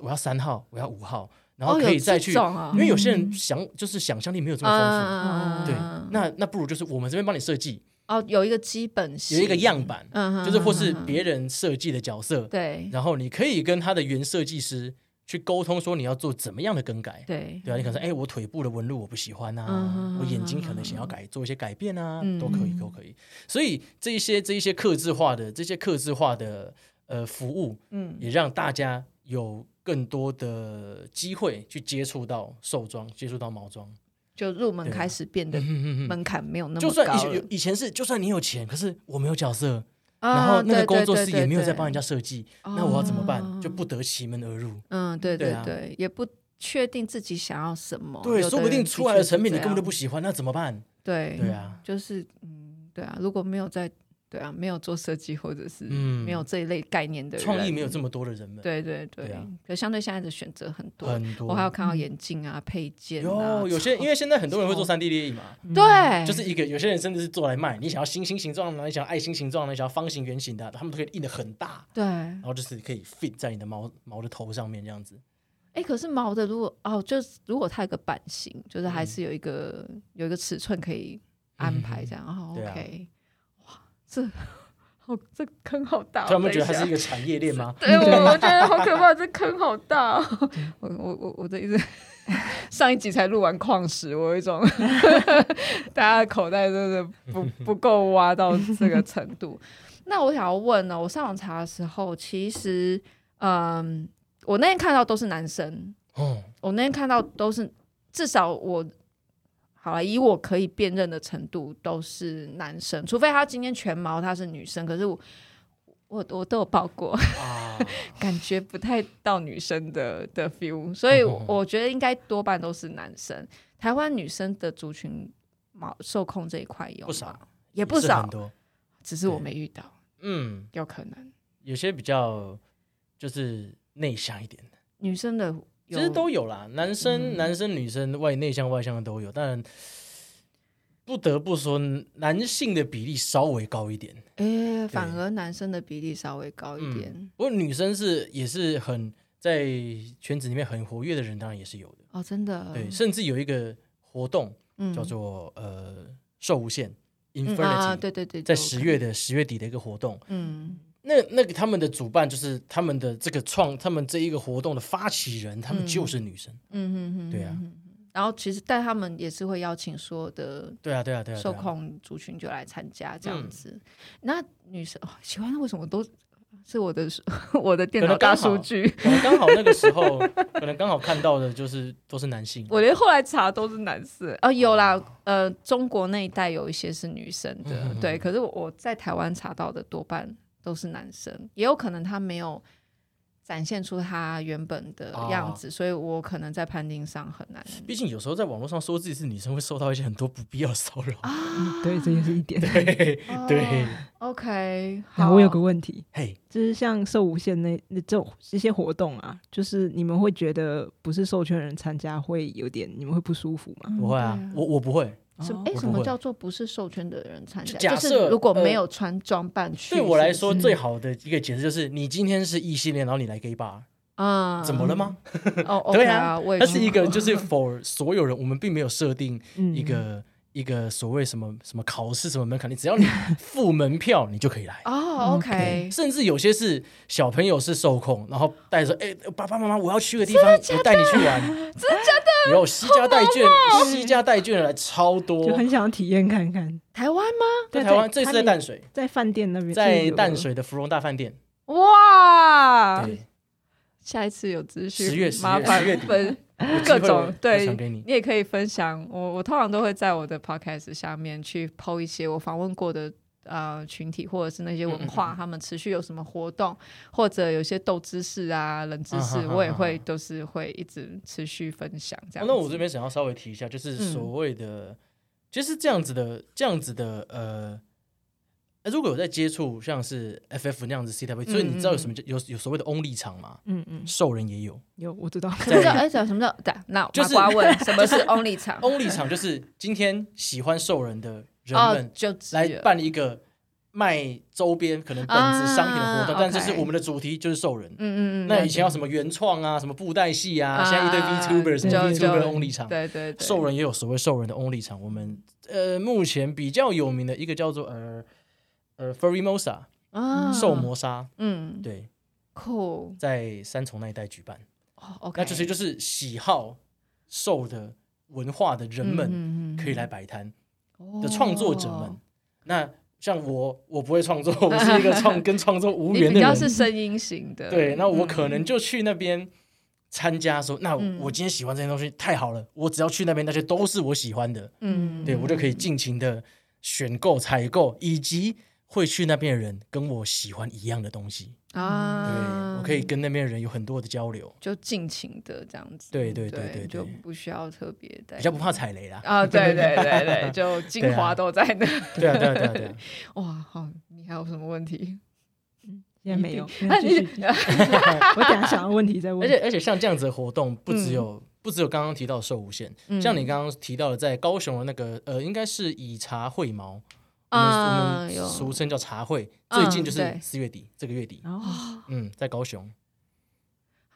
Speaker 3: 我要三号，我要五号，然后
Speaker 1: 哦
Speaker 3: 可以
Speaker 1: 有
Speaker 3: 再
Speaker 1: 这
Speaker 3: 去，
Speaker 1: 种啊
Speaker 3: 因为有些人想就是想象力没有这么丰
Speaker 1: 嗯，
Speaker 3: 富，对，那那不如就是我们这边帮你设计
Speaker 1: 哦，有一个基本
Speaker 3: 有一个，样板，
Speaker 1: 嗯哼，
Speaker 3: 就是或是
Speaker 1: 嗯哼
Speaker 3: 别人设计的角色，
Speaker 1: 对
Speaker 3: 然后你可以跟他的原设计师去沟通，说你要做怎么样的更改。
Speaker 1: 对
Speaker 3: 对啊，你可能说，哎、我腿部的纹路我不喜欢啊，
Speaker 1: 嗯
Speaker 3: 我眼睛可能想要改做一些改变啊，
Speaker 1: 嗯
Speaker 3: 都可以，都可以。所以这一些这一些克制化的这些克制化的呃服务，
Speaker 1: 嗯
Speaker 3: 也让大家有更多的机会去接触到寿装，接触到毛装。
Speaker 1: 就入门
Speaker 3: 对啊
Speaker 1: 开始变得
Speaker 3: 嗯嗯嗯，
Speaker 1: 门槛没有那
Speaker 3: 就
Speaker 1: 么
Speaker 3: 算以
Speaker 1: 高
Speaker 3: 前
Speaker 1: 了
Speaker 3: 有，以前是，就算你有钱，可是我没有角色，
Speaker 1: 啊
Speaker 3: 然后那个
Speaker 1: 对
Speaker 3: 工作
Speaker 1: 对
Speaker 3: 室
Speaker 1: 对
Speaker 3: 也没有在
Speaker 1: 对哦
Speaker 3: 帮人家设计，那我要怎么办？就不得其门而入。
Speaker 1: 嗯，对
Speaker 3: 对
Speaker 1: 对
Speaker 3: 啊
Speaker 1: 对，也不确定自己想要什么，哦
Speaker 3: 对，
Speaker 1: 有的
Speaker 3: 说不定
Speaker 1: 人
Speaker 3: 出
Speaker 1: 的
Speaker 3: 来的
Speaker 1: 确是
Speaker 3: 成品
Speaker 1: 这
Speaker 3: 你根本就
Speaker 1: 样
Speaker 3: 不喜欢，那怎么办？
Speaker 1: 对
Speaker 3: 对，啊，
Speaker 1: 就是嗯，对啊，如果没有在对啊，没有做设计或者是
Speaker 3: 嗯
Speaker 1: 没有这一类概念的人，
Speaker 3: 创意没有这么多的人们，
Speaker 1: 对对
Speaker 3: 对
Speaker 1: 对
Speaker 3: 啊，
Speaker 1: 可相对现在的选择很多，
Speaker 3: 很多。嗯
Speaker 1: 我还有看到眼镜啊、配件啊嗯
Speaker 3: 有，有些，因为现在很多人会做三 D 列印嘛，
Speaker 1: 对，
Speaker 3: 就是一个有些人甚至是做来卖。你想要星星形状的，你想要爱心形状的，你想要方形、圆形的，他们都可以印的很大，
Speaker 1: 对，
Speaker 3: 然后就是可以 fit 在你的毛毛的头上面这样子。
Speaker 1: 哎，可是毛的如果哦，就是如果它有个版型，就是
Speaker 3: 嗯
Speaker 1: 还是有一个有一个尺寸可以安排这样，哦
Speaker 3: 对啊
Speaker 1: ，OK，哇，这好这坑好大哦，
Speaker 3: 突然会
Speaker 1: 等
Speaker 3: 觉得它
Speaker 1: 下
Speaker 3: 是一个产业 链吗？
Speaker 1: 对 我，我觉得好可怕，这坑好大、哦。我我我我的意思，上一集才录完矿石，我有一 种大家的口袋真的不不够挖到这个程度。那我想要问呢，我上网查的时候，其实嗯，我那天看到都是男生，
Speaker 3: 哦，
Speaker 1: 我那天看到都是至少我。好了，以我可以辨认的程度都是男生，除非他今天全毛他是女生，可是我我我都有报过，
Speaker 3: 啊，
Speaker 1: 感觉不太到女生的的 feel，所以
Speaker 3: 哦
Speaker 1: 我我觉得应该多半都是男生。台湾女生的族群毛受控这一块有吗
Speaker 3: 不少，
Speaker 1: 也不
Speaker 3: 是
Speaker 1: 少
Speaker 3: 很，多。
Speaker 1: 只是我
Speaker 3: 对
Speaker 1: 没遇到，
Speaker 3: 嗯，
Speaker 1: 有可能
Speaker 3: 有些比较就是内向一点的，
Speaker 1: 女生的
Speaker 3: 其
Speaker 1: 有嗯
Speaker 3: 实都有啦，男生、男生、女生外内向、外向的都有，但不得不说，男性的比例稍微高一点。
Speaker 1: 诶，反而男生的比例稍微高
Speaker 3: 嗯
Speaker 1: 一点
Speaker 3: 不过女生是也是很在圈子里面很活跃的人，当然也是有的。
Speaker 1: 哦，真的
Speaker 3: 对，甚至有一个活动
Speaker 1: 嗯
Speaker 3: 叫做、呃寿无限
Speaker 1: 嗯
Speaker 3: （Infinity），、
Speaker 1: 啊，对对对，
Speaker 3: 在
Speaker 1: 就
Speaker 3: 十
Speaker 1: 可
Speaker 3: 月的十月底的一个活动。
Speaker 1: 嗯
Speaker 3: 那那个他们的主办就是他们的这个创，他们这一个活动的发起人，他们就是女生。
Speaker 1: 嗯嗯嗯，
Speaker 3: 对啊
Speaker 1: 嗯。嗯嗯然后其实，但他们也是会邀请所有的
Speaker 3: 对啊，对啊，对啊，对
Speaker 1: 受
Speaker 3: 啊
Speaker 1: 控族群就来参加这
Speaker 3: 嗯
Speaker 1: 样子。那女生、哦、喜欢为什么都是我的我的电
Speaker 3: 可
Speaker 1: 脑
Speaker 3: 能刚
Speaker 1: 大
Speaker 3: 好
Speaker 1: 数据？
Speaker 3: 可能刚好那个时候， 可能刚好看到的就是都是男性。
Speaker 1: 我连后来查都是男生啊，有啦，呃，中国那一带有一些是女生的，
Speaker 3: 嗯嗯嗯
Speaker 1: 对。可是我我在台湾查到的多半都是男生，也有可能他没有展现出他原本的样子，所以我可能在判定上很难。
Speaker 3: 哦毕竟有时候在网络上说自己是女生，会受到一些很多不必要的骚扰。
Speaker 1: 啊
Speaker 2: 嗯对，这也是一点。
Speaker 3: 对
Speaker 1: 哦
Speaker 3: 对，
Speaker 1: o k 好，
Speaker 2: 然哎后我有个问题，
Speaker 3: 嘿，
Speaker 2: 就是像受无限那那这种这些活动啊，就是你们会觉得不是授权人参加会有点你们会不舒服吗？
Speaker 1: 嗯
Speaker 3: 不会啊
Speaker 1: 对，
Speaker 3: 我我不会。
Speaker 1: 什么？
Speaker 2: 哦
Speaker 1: 哎，
Speaker 3: 我
Speaker 1: 什
Speaker 3: 不
Speaker 1: 么
Speaker 3: 会
Speaker 1: 叫做不是授权的人参加？
Speaker 3: 就假
Speaker 1: 是
Speaker 3: 设
Speaker 1: 如果
Speaker 3: 呃
Speaker 1: 没有穿装扮去，
Speaker 3: 对我来
Speaker 1: 是
Speaker 3: 说，
Speaker 1: 不是
Speaker 3: 最好的一个解释就是，你今天是异性恋，然后你来 gay bar，
Speaker 1: 啊，
Speaker 3: 怎么了？吗？
Speaker 1: 哦，
Speaker 3: 对
Speaker 1: OK
Speaker 3: 啊
Speaker 1: 啊，我也
Speaker 3: 它是一个
Speaker 1: 觉得
Speaker 3: 就是 for 所有人，我们并没有设定
Speaker 2: 嗯
Speaker 3: 一个一个所谓什么什么考试什么门槛，你只要你付门票，你就可以来。
Speaker 2: 嗯
Speaker 1: 哦
Speaker 3: 对
Speaker 1: ，OK，
Speaker 3: 甚至有些是小朋友是受控，然后带着说：“哎、爸爸妈妈，我要去个地方，我带你去玩。”真的假的？有惜家带眷，惜家带眷的来超多
Speaker 2: 就。很想要体验看看。
Speaker 1: 台湾吗？
Speaker 3: 在台湾，这次
Speaker 2: 次
Speaker 3: 在淡水，
Speaker 2: 在饭店那边，就
Speaker 3: 在
Speaker 2: 有
Speaker 3: 淡水的芙蓉大饭店。
Speaker 1: 哇，
Speaker 3: 对，
Speaker 1: 下一次有资讯，
Speaker 3: 10月10月
Speaker 1: 麻烦
Speaker 3: 10月底
Speaker 1: 分
Speaker 3: 有机
Speaker 1: 各
Speaker 3: 会
Speaker 1: 种
Speaker 3: 我
Speaker 1: 对，
Speaker 3: 我想给你。
Speaker 1: 也可以分享。我我通常都会在我的 podcast 下面去抛一些我访问过的。呃，群体或者是那些文
Speaker 3: 嗯
Speaker 1: 化，他们持续有什么活动，或者有些斗知识啊、冷知识，
Speaker 3: 啊哈哈
Speaker 1: 我也
Speaker 3: 哈
Speaker 1: 会都是会一直持续分享这样
Speaker 3: 哦
Speaker 1: 子。
Speaker 3: 那我这边想要稍微提一下，就是所谓的，其实这样子的，这样子的，呃，呃如果有在接触像是 FF 那样子 CW，、所以你知道有什么叫有有所谓的 only 场嘛？
Speaker 2: 嗯嗯，
Speaker 3: 兽人也有
Speaker 2: 有我 知道，
Speaker 1: 什么叫哎？什么叫对？那
Speaker 3: 就是
Speaker 1: 麻瓜问什 么是 only 场？
Speaker 3: only 场，就是今天喜欢兽人的人
Speaker 1: 哦
Speaker 3: 们，
Speaker 1: 就只
Speaker 3: 来
Speaker 1: 有
Speaker 3: 办一个卖周边，可能本子商品的活动，
Speaker 1: 啊
Speaker 3: 但就是
Speaker 1: OK
Speaker 3: 我们的主题就是兽人。
Speaker 1: 嗯嗯嗯，
Speaker 3: 那
Speaker 1: 了
Speaker 3: 以
Speaker 1: 解
Speaker 3: 前有什么原创啊，什么布袋戏啊，
Speaker 1: 啊
Speaker 3: 现在一堆 VTuber 什么
Speaker 1: 就就
Speaker 3: VTuber only 场，
Speaker 1: 对对对，
Speaker 3: 兽人也有所谓兽人的 only 场。我们呃目前比较有名的一个叫做呃呃 Furry Mosa
Speaker 1: 啊，
Speaker 3: 兽磨砂，
Speaker 1: 嗯，
Speaker 3: 对，
Speaker 1: 酷
Speaker 3: 在三重那一带举办。
Speaker 1: 哦，OK，
Speaker 3: 那这些就是喜好兽的文化的人们
Speaker 1: 们
Speaker 3: 可以来摆摊
Speaker 1: 来
Speaker 3: 的创作者
Speaker 1: 哦
Speaker 3: 们。那像我，我不会创作， 我是一个创跟创作无
Speaker 1: 你
Speaker 3: 缘
Speaker 1: 比
Speaker 3: 的
Speaker 1: 较是
Speaker 3: 人。
Speaker 1: 声音型的，
Speaker 3: 对，那我可
Speaker 1: 嗯
Speaker 3: 能就去那边参加说，那
Speaker 1: 嗯
Speaker 3: 我今天喜欢这些东西，太好了，我只要去那边，那些都是我喜欢的，
Speaker 1: 嗯，
Speaker 3: 对我就可以尽情的选购、采购，以及会去那边的人跟我喜欢一样的东西。对，
Speaker 1: 啊，
Speaker 3: 我可以跟那边的人有很多的交流，
Speaker 1: 就尽情的这样子，
Speaker 3: 对对对
Speaker 1: 对
Speaker 3: 对对
Speaker 1: 就不需要特别带
Speaker 3: 比较不怕踩 雷啦。
Speaker 1: 啊，对对 对对，就精华都在那，
Speaker 3: 对啊，对啊，对啊，对啊。
Speaker 1: 哇，好，你还有什么问 题？
Speaker 2: 现在没 有。
Speaker 1: 啊
Speaker 2: 那继
Speaker 1: 你
Speaker 2: 续我等一下想要问题再
Speaker 3: 而
Speaker 2: 问。
Speaker 3: 且而且像这样子的活动，不只有、不只有刚刚提到的寿无限，
Speaker 1: 嗯
Speaker 3: 像你刚刚提到的，在高雄的那个呃，应该是以茶会毛，我们、
Speaker 1: 啊
Speaker 3: 我
Speaker 1: 有
Speaker 3: 们俗称叫茶会，
Speaker 1: 嗯
Speaker 3: 最近就是
Speaker 1: 对
Speaker 3: 四月底、这个月底，
Speaker 2: 然后
Speaker 1: 哦
Speaker 3: 嗯，在高雄，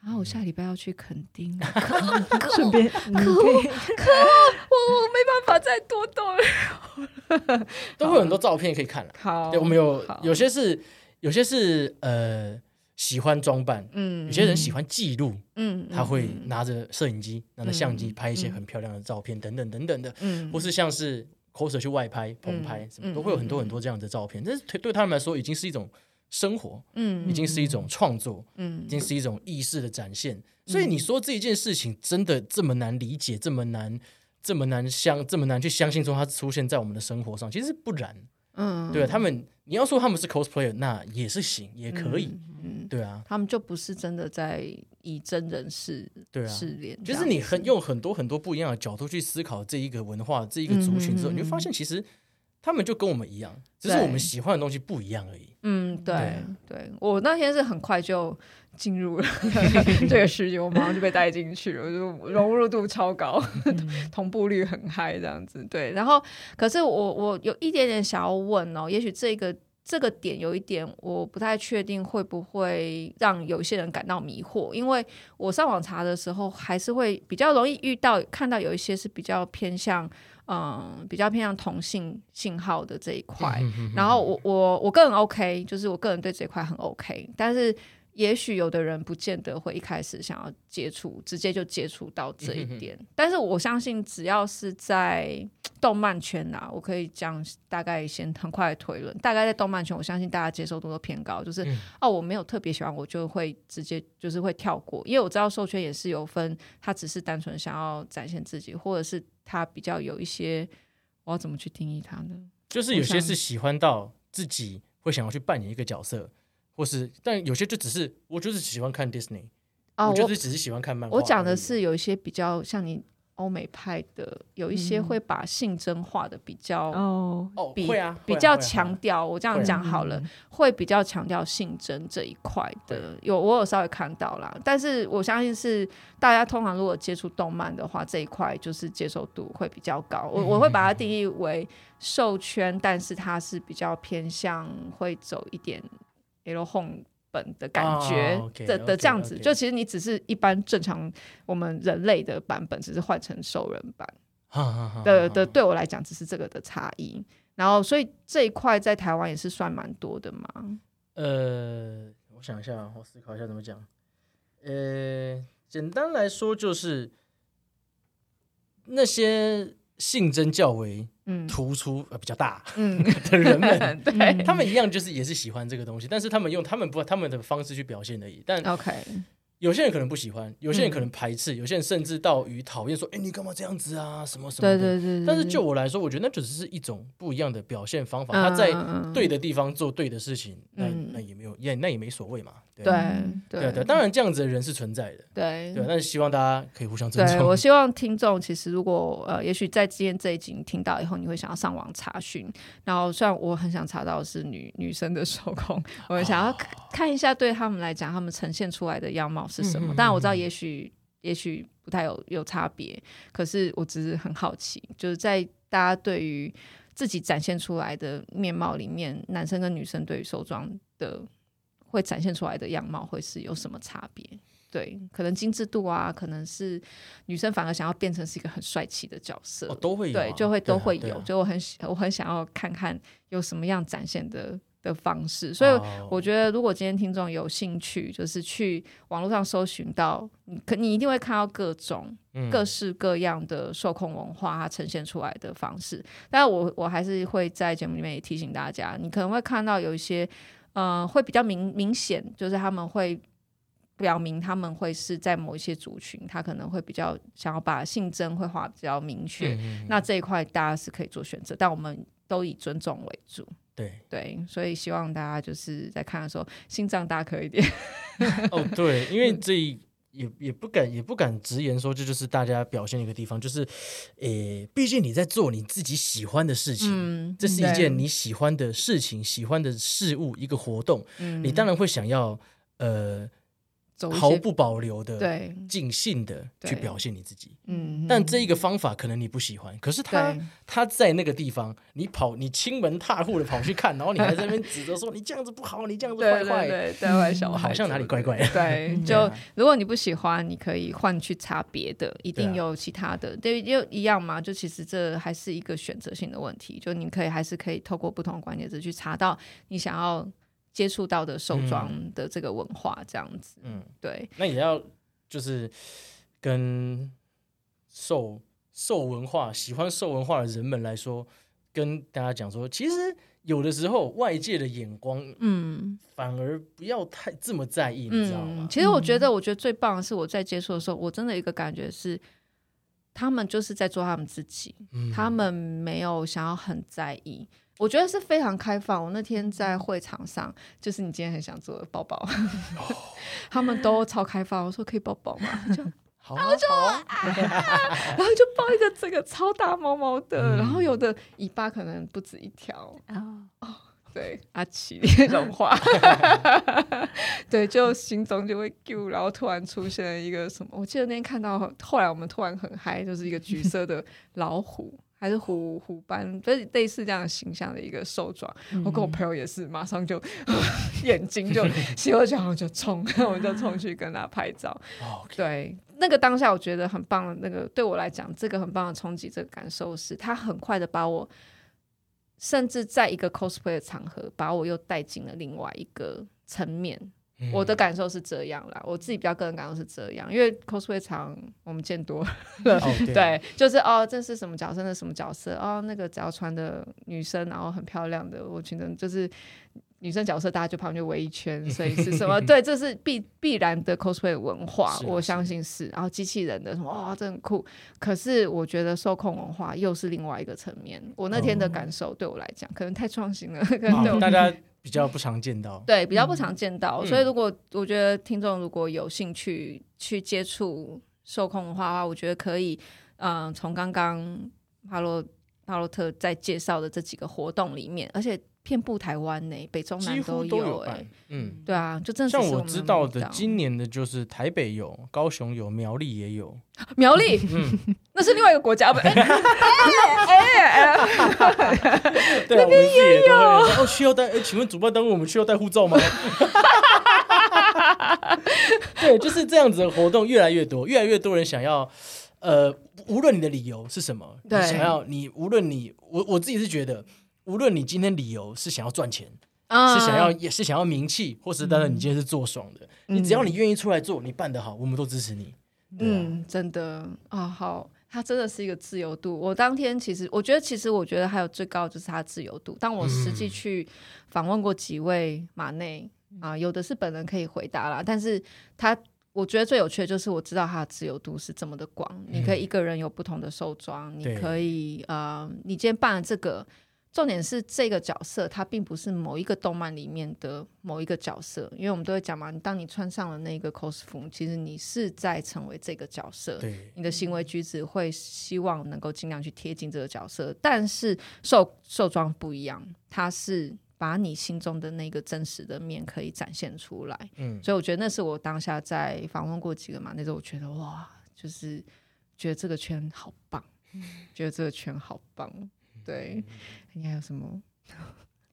Speaker 1: 啊，我下礼拜要去垦 丁嗯了， 哦
Speaker 2: 顺便你可以
Speaker 1: 我我没办法再多动了。
Speaker 3: 都会有很多照片可以看了。
Speaker 1: 好
Speaker 3: 对，我们有
Speaker 1: 好
Speaker 3: 有些是有些是呃喜欢装扮，
Speaker 1: 嗯
Speaker 3: 有些人喜欢记录，
Speaker 1: 嗯
Speaker 3: 他会
Speaker 1: 嗯
Speaker 3: 拿着摄影机、拿着相机
Speaker 1: 嗯
Speaker 3: 拍一些
Speaker 1: 嗯
Speaker 3: 很漂亮的照片，等等等等的。
Speaker 1: 嗯
Speaker 3: 或是像是 coser 去外拍、棚拍，什么都会有
Speaker 1: 嗯
Speaker 3: 很多很多这样的照片。但是对对他们来说，已经是一种生活，
Speaker 1: 嗯
Speaker 3: 已经是一种创作，
Speaker 1: 嗯
Speaker 3: 已经是一种意识的展现。所以你说这一件事情真的这么难理解，这么难，这么难相，这么难去相信说它出现在我们的生活上，其实不然。
Speaker 1: 嗯
Speaker 3: 对啊，他们，你要说他们是 cosplayer，那也是行，也可以。
Speaker 1: 嗯，
Speaker 3: 对啊，
Speaker 1: 他们就不是真的在以真人试
Speaker 3: 对啊
Speaker 1: 试。炼这
Speaker 3: 就
Speaker 1: 样子，
Speaker 3: 是你很用很多很多不一样的角度去思考这一个文化、这一
Speaker 1: 嗯
Speaker 3: 个族群之后，你会发现其实他们就跟我们一样，只是
Speaker 1: 对
Speaker 3: 我们喜欢的东西不一样而已。
Speaker 1: 嗯，对对，我那天是很快就进入 了这个世界，我马上就被带进去了，我就融入度超高， 同步率很嗨，这样子。对，然后可是我我有一点点想要问哦，也许这个这个点有一点我不太确定会不会让有一些人感到迷惑，因为我上网查的时候还是会比较容易遇到看到有一些是比较偏向嗯比较偏向同性信号的这一块，
Speaker 3: 嗯
Speaker 1: 然后我我我个人 OK，就是我个人对这一块很 OK，但是也许有的人不见得会一开始想要接触，直接就接触到这一
Speaker 3: 嗯
Speaker 1: 点。但是我相信，只要是在动漫圈啊，我可以这样大概先很快地推论，大概在动漫圈，我相信大家接受度都偏高，就是、
Speaker 3: 嗯
Speaker 1: 哦，我没有特别喜欢，我就会直接就是会跳过，因为我知道授权也是有分，他只是单纯想要展现自己，或者是他比较有一些。我要怎么去定义他呢？
Speaker 3: 就是有些是喜欢到自己会想要去扮演一个角色，或是但有些就只是我就是喜欢看 Disney，、
Speaker 1: 哦，
Speaker 3: 我就是只是喜欢看漫画而
Speaker 1: 我
Speaker 3: 已。
Speaker 1: 讲的是有一些比较像你欧美派的，有一些会把性征化的比较、
Speaker 2: 哦，
Speaker 3: 哦，
Speaker 1: 比
Speaker 3: 会啊，
Speaker 1: 比
Speaker 3: 会啊
Speaker 1: 较
Speaker 3: 会啊
Speaker 1: 强
Speaker 3: 会啊 嗯
Speaker 1: 调。我这样讲好了，会比较强调性征这一块的。有我有稍微看到啦，但是我相信是大家通常如果接触动漫的话，这一块就是接受度会比较高。我我会把它定义
Speaker 3: 嗯
Speaker 1: 为授圈，但是它是比较偏向会走一点 L home 本的感觉
Speaker 3: 哦，OK，
Speaker 1: 的的
Speaker 3: OK，
Speaker 1: 这样子。
Speaker 3: OK
Speaker 1: 就其实你只是一般正常我们人类的版本，只是换成兽人版。
Speaker 3: 哈哈哈
Speaker 1: 的
Speaker 3: 哈
Speaker 1: 的，对我来讲只是这个的差异。然后，所以这一块在台湾也是算蛮多的嘛。
Speaker 3: 呃，我想一下啊，我思考一下怎么讲。呃，简单来说就是那些性征较为
Speaker 1: 嗯
Speaker 3: 突出、呃比较大
Speaker 1: 嗯，
Speaker 3: 的人们，
Speaker 1: 对
Speaker 3: 他们一样就是也是喜欢这个东西，但是他们用他们不他们的方式去表现而已。但
Speaker 1: 嗯，OK，
Speaker 3: 有些人可能不喜欢，有些人
Speaker 1: 嗯
Speaker 3: 可能排斥，有些人甚至到于讨厌，说：“哎，你干嘛这样子啊？什么什么
Speaker 1: 对
Speaker 3: 的。
Speaker 1: 对对。嗯
Speaker 3: 但是就我来说，我觉得那只是一种不一样的表现方法。他在对
Speaker 1: 的，
Speaker 3: 的地方做对的事情，那
Speaker 1: 嗯
Speaker 3: 那也没有，也那也没所谓嘛。对啊
Speaker 1: 对
Speaker 3: 对啊对啊，当然这样子的人是存在的，
Speaker 1: 对
Speaker 3: 对啊，但是希望大家可以互相尊
Speaker 1: 对，
Speaker 3: 重
Speaker 1: 我。希望听众其实如果呃，也许在今天这一集你听到以后，你会想要上网查询。然后虽然我很想查到的是女 女生的手工， 我想
Speaker 3: 哦
Speaker 1: 要看看一下对他们来讲，他们呈现出来的样貌是什么。
Speaker 3: 嗯
Speaker 1: 当然我知道也许也许不太有有差别，可是我只是很好奇，就是在大家对于。自己展现出来的面貌里面，男生跟女生对于寿装的会展现出来的样貌会是有什么差别？对，可能精致度啊，可能是女生反而想要变成是一个很帅气的角色，
Speaker 3: 哦，都会有啊、
Speaker 1: 对，就会
Speaker 3: 啊
Speaker 1: 都会
Speaker 3: 对啊
Speaker 1: 有。就我很喜，我很想要看看有什么样展现的的方式，所以
Speaker 3: 哦
Speaker 1: 我觉得，如果今天听众有兴趣，就是去网络上搜寻到，你可你一定会看到各种、
Speaker 3: 嗯
Speaker 1: 各式各样的受控文化它呈现出来的方式。但我我还是会在节目里面也提醒大家，你可能会看到有一些，呃，会比较明明显，就是他们会。表明他们会是在某一些族群，他可能会比较想要把性征会划比较明确，
Speaker 3: 嗯嗯
Speaker 1: 那这一块大家是可以做选择，但我们都以尊重为主。
Speaker 3: 对
Speaker 1: 对，所以希望大家就是在看的时候心脏大颗一点。
Speaker 3: 哦对，因
Speaker 1: 嗯
Speaker 3: 为这一也也不敢也不敢直言说这就是大家表现的一个地方，就是诶，毕竟你在做你自己喜欢的事情。
Speaker 1: 嗯
Speaker 3: 这是一
Speaker 2: 对
Speaker 3: 件你喜欢的事情、喜欢的事物，一个活动，
Speaker 1: 嗯
Speaker 3: 你当然会想要呃
Speaker 1: 走一
Speaker 3: 毫
Speaker 1: 些
Speaker 3: 不保留的、
Speaker 1: 对，
Speaker 3: 尽兴的去
Speaker 1: 对
Speaker 3: 表现你自己。
Speaker 1: 嗯，
Speaker 3: 但这一个方法可能你不喜欢，可是他
Speaker 1: 对
Speaker 3: 他在那个地方，你跑你亲门踏户的跑去看，然后你还在那边指责说你这样子不好，你这样子坏
Speaker 1: 对对
Speaker 3: 坏，嗯
Speaker 1: 对，带坏小孩
Speaker 3: 好像哪里怪怪的。
Speaker 1: 对，
Speaker 2: 对
Speaker 1: 就
Speaker 3: 啊
Speaker 1: 如果你不喜欢，你可以换去查别的，一定
Speaker 3: 啊
Speaker 1: 有其他的，对，又一样嘛。就其实这还是一个选择性的问题，就你可以还是可以透过不同的关键字去查到你想要接触到的手装的这个文化，这样子。
Speaker 3: 嗯，
Speaker 1: 对，
Speaker 3: 那也要就是跟受受文化、喜欢受文化的人们来说，跟大家讲说，其实有的时候外界的眼光
Speaker 1: 嗯
Speaker 3: 反而不要太这么在意，你知道
Speaker 1: 嗯
Speaker 3: 吗，？
Speaker 1: 其实我觉得，我觉得最棒的是我在接触的时候，我真的有一个感觉是。他们就是在做他们自己，
Speaker 3: 嗯
Speaker 1: 他们没有想要很在意。我觉得是非常开放。我那天在会场上，就是你今天很想做的抱抱，
Speaker 3: 哦
Speaker 1: 他们都超开放。我说可以抱抱吗？这样，
Speaker 3: 好啊，好啊
Speaker 1: 然后就抱一个这个超大毛毛的，
Speaker 3: 嗯
Speaker 1: 然后有的尾巴可能不止一条。
Speaker 2: 啊，
Speaker 1: 对，阿奇那种话， 对，就心中就会揪，然后突然出现了一个什么？我记得那天看到，后来我们突然很嗨，就是一个橘色的老虎， 还是虎虎斑，就是类似这样的形象的一个兽装。我
Speaker 2: 嗯
Speaker 1: 跟我朋友也是，马上就 眼睛就 洗了脚，然后就冲， 我们就冲去跟他拍照。
Speaker 3: 哦
Speaker 1: 对，那个当下我觉得很棒的，那个对我来讲，这个很棒的冲击，这个感受是，他很快的把我，甚至在一个 cosplay 的场合，把我又带进了另外一个层面。
Speaker 3: 嗯
Speaker 1: 我的感受是这样啦，我自己比较个人感受是这样，因为 cosplay 场我们见多了，
Speaker 3: 哦对
Speaker 1: 对，就是哦，这是什么角色，那是什么角色，哦，那个只要穿的女生，然后很漂亮的，我觉得就是女生角色，大家就旁边围一圈，所以是什 么？对，这是必必然的 cosplay 文化，
Speaker 3: 是啊
Speaker 1: 我相信是。然后机器人的什么，哇、这很酷。可是我觉得受控文化又是另外一个层面。我那
Speaker 3: 哦
Speaker 1: 天的感受对我来讲，可能太创新了， 可能对
Speaker 3: 啊
Speaker 1: 我
Speaker 3: 大家比较不常见到。
Speaker 1: 对，比较不常见到。
Speaker 3: 嗯
Speaker 1: 所以如果我觉得听众如果有兴趣去接触受控的话，我觉得可以，嗯、从刚刚帕洛帕洛特在介绍的这几个活动里面，而且遍布台湾呢、北中
Speaker 3: 几
Speaker 1: 南
Speaker 3: 乎都
Speaker 1: 有
Speaker 3: 有
Speaker 1: 哎、
Speaker 3: 办，嗯，
Speaker 1: 对啊，就真的只
Speaker 3: 像
Speaker 1: 是
Speaker 3: 我
Speaker 1: 们
Speaker 3: 知道
Speaker 1: 没
Speaker 3: 的
Speaker 1: 有，
Speaker 3: 今年的就是台北有，高雄有，苗栗也有，
Speaker 1: 苗栗，
Speaker 3: 嗯
Speaker 1: 那是另外一个国 家吧？哎哎哎，
Speaker 3: 对啊，我们自己也都会说哦，需要带？哎，请问主办单位，我们需要带护照吗？ 对，就是这样子的活动越来越多，越来越多人想要，呃，无论你的理由是什么，你
Speaker 1: 对
Speaker 3: 想要你，无论你，我我自己是觉得，无论你今天理由是想要赚钱，
Speaker 1: 啊
Speaker 3: 是想
Speaker 2: 嗯
Speaker 3: 要也是想要名气，或是当然你今天是做爽的，你只要你愿意出来做，你办得好，我们都支持你。对啊，
Speaker 1: 嗯，真的啊，好，它真的是一个自由度。我当天其实，我觉得其实我觉得还有最高就是它的自由度。当我实际
Speaker 3: 嗯
Speaker 1: 去访问过几位马内啊，有的是本人可以回答啦，但是他。我觉得最有趣的就是我知道它的自由度是这么的广，你可以一个人有不同的受装，你
Speaker 3: 嗯对
Speaker 1: 可以呃，你今天办了这个，重点是这个角色它并不是某一个动漫里面的某一个角色，因为我们都会讲嘛，你当你穿上了那个 cos 服，其实你是在成为这个角色，
Speaker 3: 对，
Speaker 1: 你的行为举止会希望能够尽量去贴近这个角色。但是兽兽装不一样，它是把你心中的那个真实的面可以展现出来。
Speaker 3: 嗯，
Speaker 1: 所以我觉得那是我当下在访问过几个嘛，那时候我觉得
Speaker 2: 嗯
Speaker 1: 哇，就是觉得这个圈好棒，觉得这个圈好棒，对， 你还有什么？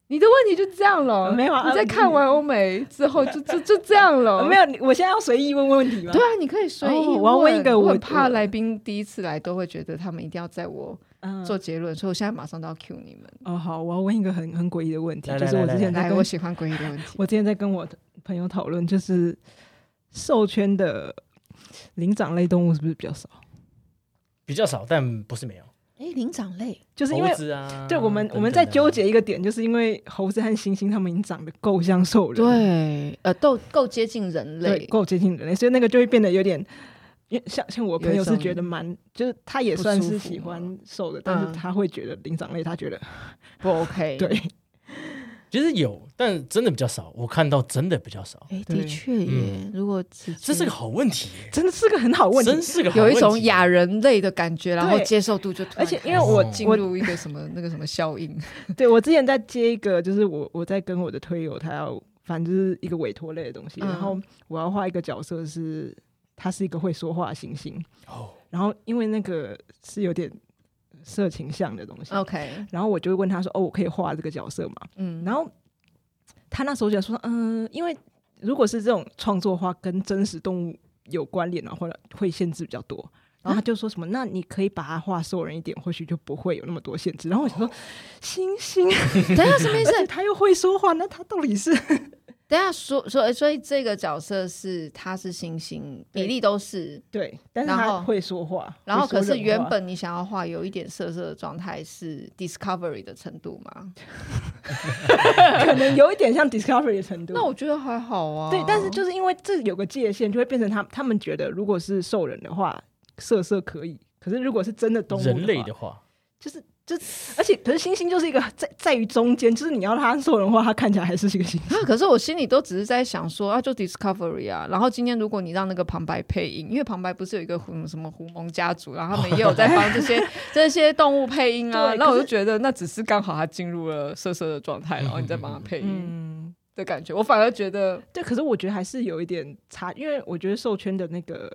Speaker 1: 你的问题就这样了，
Speaker 2: 没有啊
Speaker 1: 你在看完欧美之后就就就这样了，
Speaker 2: 呃没有，你我现在要随意问问题吗？
Speaker 1: 哦对啊，你可以随意
Speaker 2: 哦我要问一个
Speaker 1: 我
Speaker 2: 我
Speaker 1: 很怕来宾第一次来都会觉得他们一定要在我
Speaker 2: 嗯，
Speaker 1: 做结论，所以我现在马上都要 cue 你们。
Speaker 2: 哦，好，我要问一个很很诡异的问题，
Speaker 3: 来
Speaker 2: 就
Speaker 3: 来
Speaker 2: 是我
Speaker 3: 来
Speaker 2: 之前在
Speaker 1: 来，
Speaker 2: 嗯跟
Speaker 1: 我喜欢诡异的问题。
Speaker 2: 我之前在跟我的朋友讨论，就是兽圈的灵长类动物是不是比较少？
Speaker 3: 比较少，但不是没有。
Speaker 1: 哎，灵长类，
Speaker 2: 就是因为
Speaker 3: 猴子啊，
Speaker 2: 对我们
Speaker 3: 等
Speaker 2: 我们
Speaker 3: 等
Speaker 2: 在
Speaker 3: 的啊
Speaker 2: 纠结一个点，就是因为猴子和猩猩它们已经长得够像兽人，
Speaker 1: 对，呃，够够接近人
Speaker 2: 对，
Speaker 1: 类，
Speaker 2: 够接近人类，所以那个就会变得有点。因为像像我朋友
Speaker 1: 有
Speaker 2: 是
Speaker 1: 一种
Speaker 2: 觉得蛮，就是他也
Speaker 1: 不
Speaker 2: 算
Speaker 1: 舒
Speaker 2: 是
Speaker 1: 服
Speaker 2: 喜
Speaker 1: 吗
Speaker 2: 欢瘦的，但是
Speaker 1: 嗯
Speaker 2: 他会觉得灵长类，他觉得
Speaker 1: 不 OK。
Speaker 2: 对，
Speaker 3: 其实有，但真的比较少。我看到真的比较少，
Speaker 1: 哎，
Speaker 2: 对嗯
Speaker 1: 的确耶，如果直
Speaker 3: 这是
Speaker 1: 接
Speaker 3: 个好问题耶，
Speaker 2: 真的是个很好问题啊
Speaker 3: 真。是个好
Speaker 1: 有一
Speaker 3: 问
Speaker 1: 种
Speaker 3: 题
Speaker 1: 亚人类的感觉，然后
Speaker 2: 对
Speaker 1: 接受度就突
Speaker 2: 而
Speaker 1: 然
Speaker 2: 且因
Speaker 1: 开
Speaker 2: 为
Speaker 1: 始
Speaker 2: 我
Speaker 3: 哦
Speaker 1: 进
Speaker 2: 我
Speaker 1: 入一个什么那个什么效 应，
Speaker 2: 对我之前在接一个，就是我我在跟我的推友，他要反正就是一个委托类的东西，
Speaker 1: 嗯
Speaker 2: 然后我要画一个角色是，他是一个会说话的猩猩，
Speaker 3: 哦，
Speaker 2: 然后因为那个是有点色情向的东西，
Speaker 1: OK，
Speaker 2: 然后我就会问他说，哦，我可以画这个角色吗？
Speaker 1: 嗯，
Speaker 2: 然后他那时候就说，嗯、因为如果是这种创作画跟真实动物有关联啊，或者会限制比较多。然后他就说什么，那你可以把它画兽人一点，或许就不会有那么多限制。然后我想说，猩猩
Speaker 1: 等一下什么意思
Speaker 2: 而？且他又会说话，那他到底是
Speaker 1: 等一下说说，所以这个角色是他是猩猩，比例都是，
Speaker 2: 对？但是
Speaker 1: 然
Speaker 2: 他
Speaker 1: 后
Speaker 2: 会说话，
Speaker 1: 然后
Speaker 2: 会说
Speaker 1: 可
Speaker 2: 人
Speaker 1: 是
Speaker 2: 话
Speaker 1: 原本你想要画有一点色色的状态是 discovery 的程度吗？
Speaker 2: 可能有一点像 Discovery 的程度。
Speaker 1: 那我觉得还好啊。
Speaker 2: 对，但是就是因为这有个界限，就会变成他他们觉得，如果是兽人的话，色色可以；可是如果是真的动物
Speaker 3: 人类
Speaker 2: 的
Speaker 3: 的
Speaker 2: 话，
Speaker 3: 话，
Speaker 2: 就是就而且可是猩猩就是一个在在于中间，就是你要他兽人的话，他看起来还是一个猩猩。
Speaker 1: 啊，可是我心里都只是在想说啊，就 Discovery 啊。然后今天如果你让那个旁白配音，因为旁白不是有一个什么什么狐獴家族，然后他们也有在帮这 些这些动物配音啊。
Speaker 2: 对
Speaker 1: 那我
Speaker 2: 可
Speaker 1: 就是觉得那只是刚好他进入了色色的状态，然后你再帮他配音
Speaker 2: 嗯，
Speaker 1: 的感觉。我反而觉得
Speaker 2: 对，可是我觉得还是有一点差，因为我觉得兽圈的那个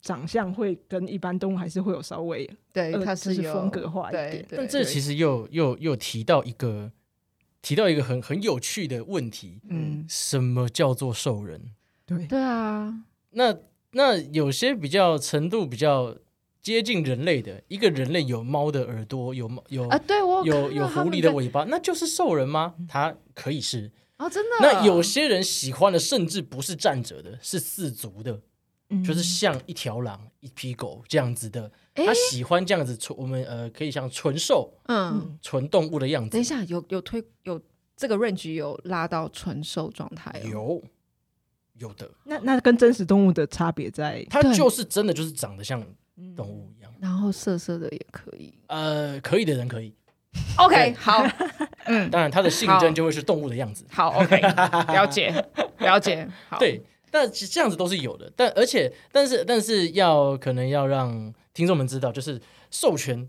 Speaker 2: 长相会跟一般动物还是会有稍微
Speaker 1: 对
Speaker 2: 呃
Speaker 1: 它
Speaker 2: 就是
Speaker 1: 有
Speaker 2: 风格化一
Speaker 1: 对
Speaker 2: 点，
Speaker 1: 对
Speaker 3: 但这其实又又又提到一个提到一个很很有趣的问题：
Speaker 1: 嗯，
Speaker 3: 什么叫做兽人？
Speaker 2: 对
Speaker 1: 对啊，
Speaker 3: 那那有些比较程度比较接近人类的，一个人类有猫的耳朵，有猫有、
Speaker 1: 啊，对我
Speaker 3: 有有狐狸的
Speaker 1: 我
Speaker 3: 尾巴，那就是兽人吗？它可以是。
Speaker 1: 哦，真的
Speaker 3: 那有些人喜欢的甚至不是站着的，是四足的，就是像一条狼、一匹狗这样子的。
Speaker 1: 诶
Speaker 3: 他喜欢这样子纯，我们呃可以像纯兽、
Speaker 1: 嗯，
Speaker 3: 纯动物的样
Speaker 1: 等
Speaker 3: 子
Speaker 1: 一。下有有推有这个 range 有拉到纯瘦状态哦，
Speaker 3: 有有的，
Speaker 2: 那那跟真实动物的差别在
Speaker 3: 它
Speaker 1: 对嗯
Speaker 3: 就是真的就是长得像动物一样。
Speaker 1: 然后色色的也可以。
Speaker 3: 呃，可以的人可以，
Speaker 1: OK，好
Speaker 3: 当然它的性
Speaker 1: 嗯好
Speaker 3: 征就会是动物的样子。
Speaker 1: 好 OK，了解了解，好，
Speaker 3: 对，但其实这样子都是有的，但而且但是但是要可能要让听众们知道，就是授权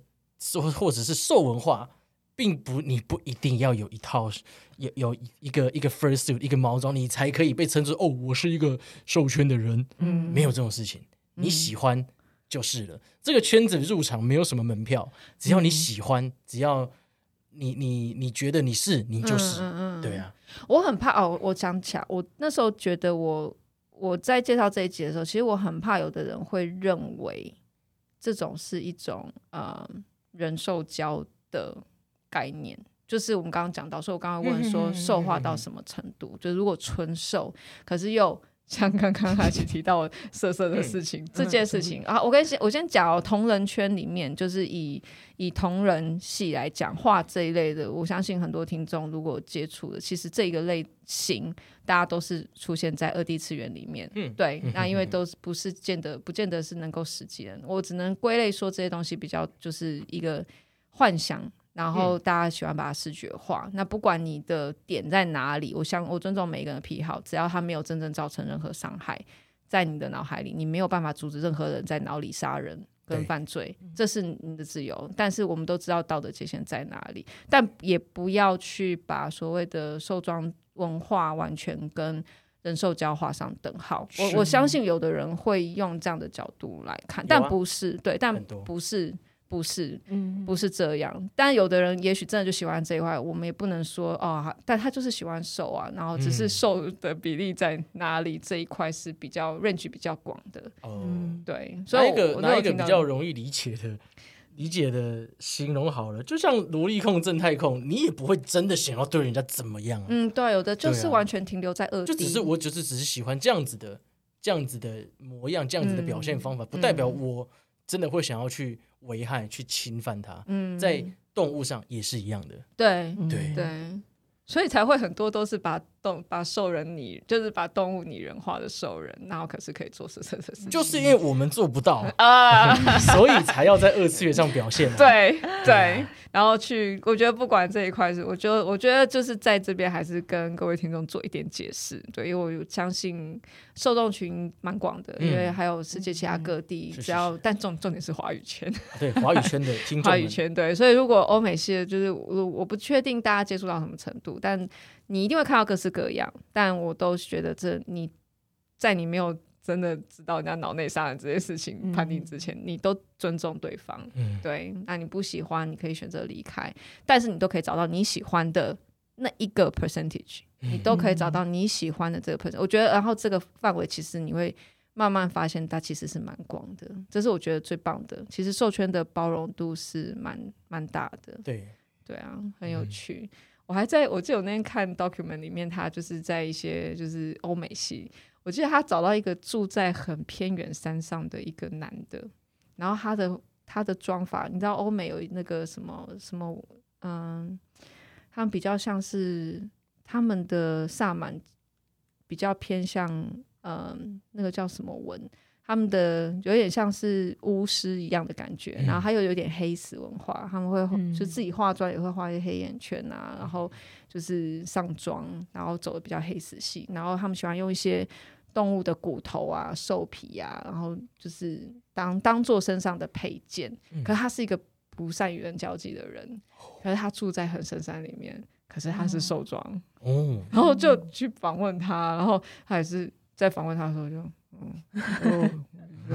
Speaker 3: 或或者是兽文化，并不你不一定要有一套有有一个一个 first suit 一个毛装，你才可以被称之哦，我是一个授权的人，
Speaker 1: 嗯
Speaker 3: 没有这种事情，你喜欢就是了。这个圈子入场没有什么门票，只
Speaker 1: 嗯
Speaker 3: 要你喜欢，只要你你你觉得你是，你就是，
Speaker 1: 嗯
Speaker 3: 对。啊，
Speaker 1: 我很怕哦，我想起来，我那时候觉得我我在介绍这一集的时候，其实我很怕有的人会认为这种是一种呃人兽交的概念，就是我们刚刚讲到，所以我刚刚问
Speaker 3: 嗯嗯嗯
Speaker 1: 说
Speaker 3: 嗯
Speaker 1: 兽化到什么程度，就如果纯兽，可是又。像刚刚哈奇提到色色的事
Speaker 3: 嗯
Speaker 1: 情，这件事情啊，我跟你先我先讲哦，同人圈里面就是以以同人戏来讲话这一类的，我相信很多听众如果接触的，其实这一个类型大家都是出现在二 D 次元里面。
Speaker 3: 嗯
Speaker 1: 对，那因为
Speaker 3: 嗯
Speaker 1: 都是不是见得不见得是能够实际的，我只能归类说这些东西比较就是一个幻想。然后
Speaker 3: 嗯
Speaker 1: 大家喜欢把它视觉化，那不管你的点在哪里，我想我尊重每一个人的癖好，只要他没有真正造成任何伤害，在你的脑海里，你没有办法阻止任何人在脑里杀人跟
Speaker 3: 对嗯
Speaker 1: 犯罪，这是你的自由。但是我们都知道道德界限在哪里，但也不要去把所谓的兽装文化完全跟人兽交画上等号。
Speaker 3: 是
Speaker 1: 我我相信有的人会用这样的角度来看，
Speaker 3: 有啊
Speaker 1: 但不是对，但
Speaker 3: 很多
Speaker 1: 不是不是
Speaker 2: 嗯，
Speaker 1: 不是这样。但有的人也许真的就喜欢这一块，我们也不能说哦，但他就是喜欢瘦啊，然后只是
Speaker 3: 嗯
Speaker 1: 瘦的比例在哪里、这一块是比较 range 比较广的，
Speaker 3: 哦，
Speaker 2: 嗯
Speaker 1: 对。所
Speaker 3: 拿
Speaker 1: 以
Speaker 3: 一个
Speaker 1: 我
Speaker 3: 拿一个比较
Speaker 1: 容
Speaker 3: 容易理解的 理解的形容好了，就像萝莉控、正太控，你也不会真的想要对人家怎么样啊，
Speaker 1: 嗯，对，有的就
Speaker 3: 对
Speaker 1: 是
Speaker 3: 啊
Speaker 1: 完全停留在二 D，
Speaker 3: 就只是我就是只是喜欢这样子的这样子的模样，这样子的表
Speaker 1: 嗯
Speaker 3: 现方法，不代表我真的会想要去危害、去侵犯它。
Speaker 1: 嗯，
Speaker 3: 在动物上也是一样的，
Speaker 1: 对
Speaker 2: 嗯
Speaker 3: 对
Speaker 1: 对，所以才会很多都是把动把兽人拟，就是把动物拟人化的兽人，然后可是可以做色色色色
Speaker 3: 就是因为我们做不到，
Speaker 1: 啊，
Speaker 3: 所以才要在二次元上表现、啊。
Speaker 1: 对
Speaker 3: 对
Speaker 1: 对，然后去，我觉得不管这一块是，我觉得我觉得就是在这边还是跟各位听众做一点解释，对，因为我相信受众群蛮广的，
Speaker 3: 嗯
Speaker 1: 因为还有世界其他各地，
Speaker 3: 是是
Speaker 1: 只要但重重点是华语圈，
Speaker 3: 对，华语圈的听众
Speaker 1: 话
Speaker 3: 们，
Speaker 1: 语圈对，所以如果欧美系的，就是我我不确定大家接触到什么程度，但你一定会看到各式各样。但我都觉得这你在你没有真的知道人家脑内杀人这件事情
Speaker 2: 嗯
Speaker 1: 判定之前，你都尊重对方。
Speaker 3: 嗯，
Speaker 1: 对，那你不喜欢，你可以选择离开，但是你都可以找到你喜欢的那一个 percentage，你都可以找到你喜欢的这个 percent。我觉得，然后这个范围其实你会慢慢发现，它其实是蛮广的，这是我觉得最棒的。其实授权的包容度是蛮蛮大的，
Speaker 3: 对，
Speaker 1: 对啊，很有
Speaker 3: 嗯
Speaker 1: 趣。我还在我记得我那天看 document 里面，他就是在一些就是欧美系，我记得他找到一个住在很偏远山上的一个男的，然后他的他的妆法，你知道欧美有那个什么什么，嗯，他们比较像是他们的萨满比较偏向，嗯，那个叫什么文，他们的有点像是巫师一样的感觉，
Speaker 3: 嗯
Speaker 1: 然后还有有点黑死文化，他们会
Speaker 2: 嗯
Speaker 1: 就自己化妆也会画一些黑眼圈啊，然后就是上妆，然后走的比较黑死系，然后他们喜欢用一些动物的骨头啊、兽皮啊，然后就是当当做身上的配件。
Speaker 3: 嗯
Speaker 1: 可是他是一个不善与人交际的人，可是他住在很深山里面，可是他是兽装，
Speaker 3: 哦，
Speaker 1: 然后就
Speaker 2: 嗯
Speaker 1: 去访问他，然后他也是在访问他的时候就嗯。哦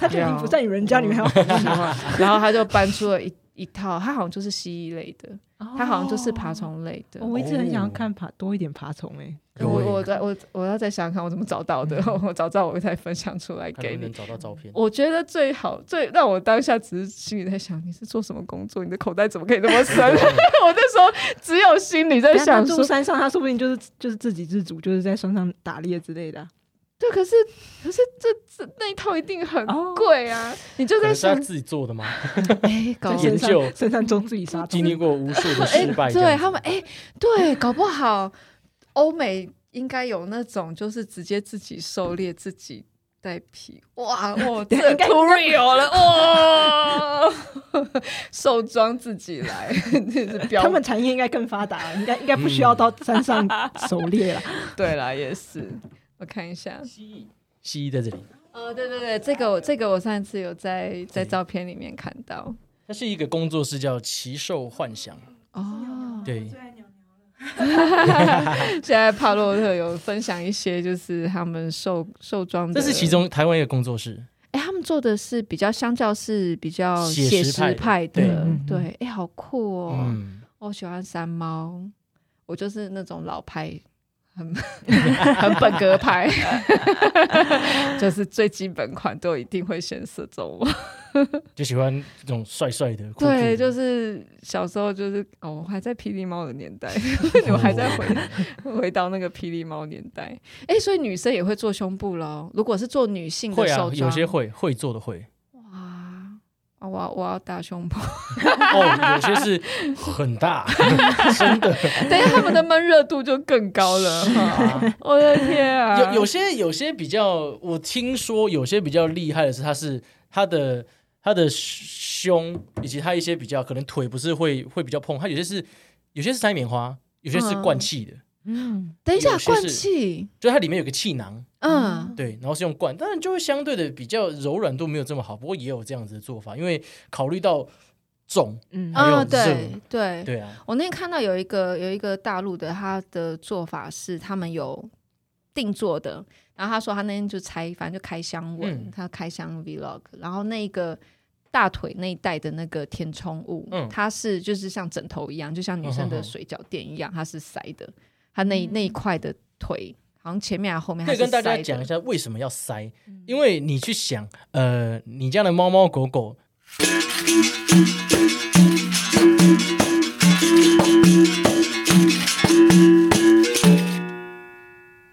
Speaker 2: 他就已经不在你人家，你们还要
Speaker 1: 然后他就搬出了一一套，他好像就是蜥蜴类的，他好像就是爬虫类的。
Speaker 2: 哦哦。我一直很想要看爬多一点爬虫哎，
Speaker 1: 我
Speaker 3: 有欸
Speaker 1: 我再我我要再想想看我怎么找到的，
Speaker 2: 嗯
Speaker 1: 我找到我再分享出来
Speaker 3: 看能
Speaker 1: 给
Speaker 3: 不能
Speaker 1: 你。
Speaker 3: 找到照片。
Speaker 1: 我觉得最好最让我当下只是心里在想，你是做什么工作？你的口袋怎么可以那么深？ 我那时候只有心里在
Speaker 2: 等一下他
Speaker 1: 想说
Speaker 2: 住，山上，他说不定就是就是自给自足，就是在山上打猎之类的啊。
Speaker 1: 对，可是可是这这那一套一定很
Speaker 2: 哦
Speaker 1: 贵啊！你就
Speaker 3: 可
Speaker 1: 在
Speaker 3: 能是他
Speaker 1: 想，
Speaker 3: 自己做的吗？
Speaker 1: 哎，搞不
Speaker 2: 在
Speaker 1: 好
Speaker 2: 深
Speaker 3: 研究
Speaker 2: 山深山中自己 杀虫
Speaker 3: 经历过无数的
Speaker 1: 哎，
Speaker 3: 失败，这
Speaker 1: 对
Speaker 3: 样子
Speaker 1: 他们，哎、对，搞不好欧美应该有那种，就是直接自己狩猎自己。带皮哇， 我这
Speaker 2: 应该
Speaker 1: too real 了哇！ 兽装自己来，这是标
Speaker 2: 他们产业应该更发达，应该应该不需要
Speaker 1: 嗯
Speaker 2: 到山上狩猎了。
Speaker 1: 对啦，也是。我看一下，
Speaker 3: 蜥蜴在这里，
Speaker 1: 哦，对对对，这个我这个我上一次有在在照片里面看到
Speaker 3: 它是一个工作室叫奇兽幻想，
Speaker 1: 哦。
Speaker 3: 对，
Speaker 1: 现在帕洛特有分享一些，就是他们兽兽装的，
Speaker 3: 这是其中台湾一个工作室，
Speaker 1: 哎、他们做的是比较，相较是比较
Speaker 3: 写
Speaker 1: 写
Speaker 3: 实派
Speaker 1: 实派
Speaker 3: 对
Speaker 1: 的
Speaker 2: 嗯，
Speaker 1: 对，哎、好酷哦！
Speaker 3: 嗯，
Speaker 1: 我喜欢山猫，我就是那种老派，很 很本格 派，就是最基本款都一定会先射中 我。
Speaker 3: 就喜欢这种帅帅的，酷酷的
Speaker 1: 对，就是小时候就是哦，我还在霹雳猫的年代，
Speaker 2: 哦
Speaker 3: 嗯
Speaker 1: 你们还在回回到那个霹雳猫年代。哎、所以女生也会做胸部咯，如果是做女性的
Speaker 3: 会
Speaker 1: 手
Speaker 3: 啊，
Speaker 1: 装，
Speaker 3: 有些会会做的会，
Speaker 1: 哇。啊我要我要大胸部，
Speaker 3: 哦，有些是 很大， 真的，
Speaker 1: 等一下他们的闷热度就更高了。哈我的天啊！
Speaker 3: 啊有有些有些比较，我听说有些比较厉害的是，它是它的它的胸以及它一些比较可能腿不是会会比较碰，它有些是有些是塞棉花，有些是灌气的，
Speaker 2: 嗯，
Speaker 1: 等一下
Speaker 3: 有些是
Speaker 1: 灌气，
Speaker 3: 就它里面有个气囊，
Speaker 1: 嗯，
Speaker 3: 对，然后是用灌，当然就会相对的比较柔软度没有这么好，不过也有这样子的做法，因为考虑到重，
Speaker 2: 嗯
Speaker 3: 还有
Speaker 1: 啊，对对。
Speaker 3: 对啊，
Speaker 1: 我那天看到有一个有一个大陆的，他的做法是他们有定做的，然后他说他那天就拆，反正就开箱文，
Speaker 3: 嗯
Speaker 1: 他开箱 vlog，然后那个。大腿那一带的那个填充物，
Speaker 3: 嗯
Speaker 1: 它是就是像枕头一样，就像女生
Speaker 3: 嗯哼
Speaker 1: 的
Speaker 3: 哼
Speaker 1: 水饺垫一样，它是塞的。它那一那一块的腿，好像前面还是后面
Speaker 3: 可
Speaker 1: 还
Speaker 3: 以
Speaker 1: 是
Speaker 3: 跟大
Speaker 1: 塞
Speaker 3: 家讲一
Speaker 1: 的。
Speaker 3: 下为什么要塞，因为你去想，呃，你家的猫猫狗狗，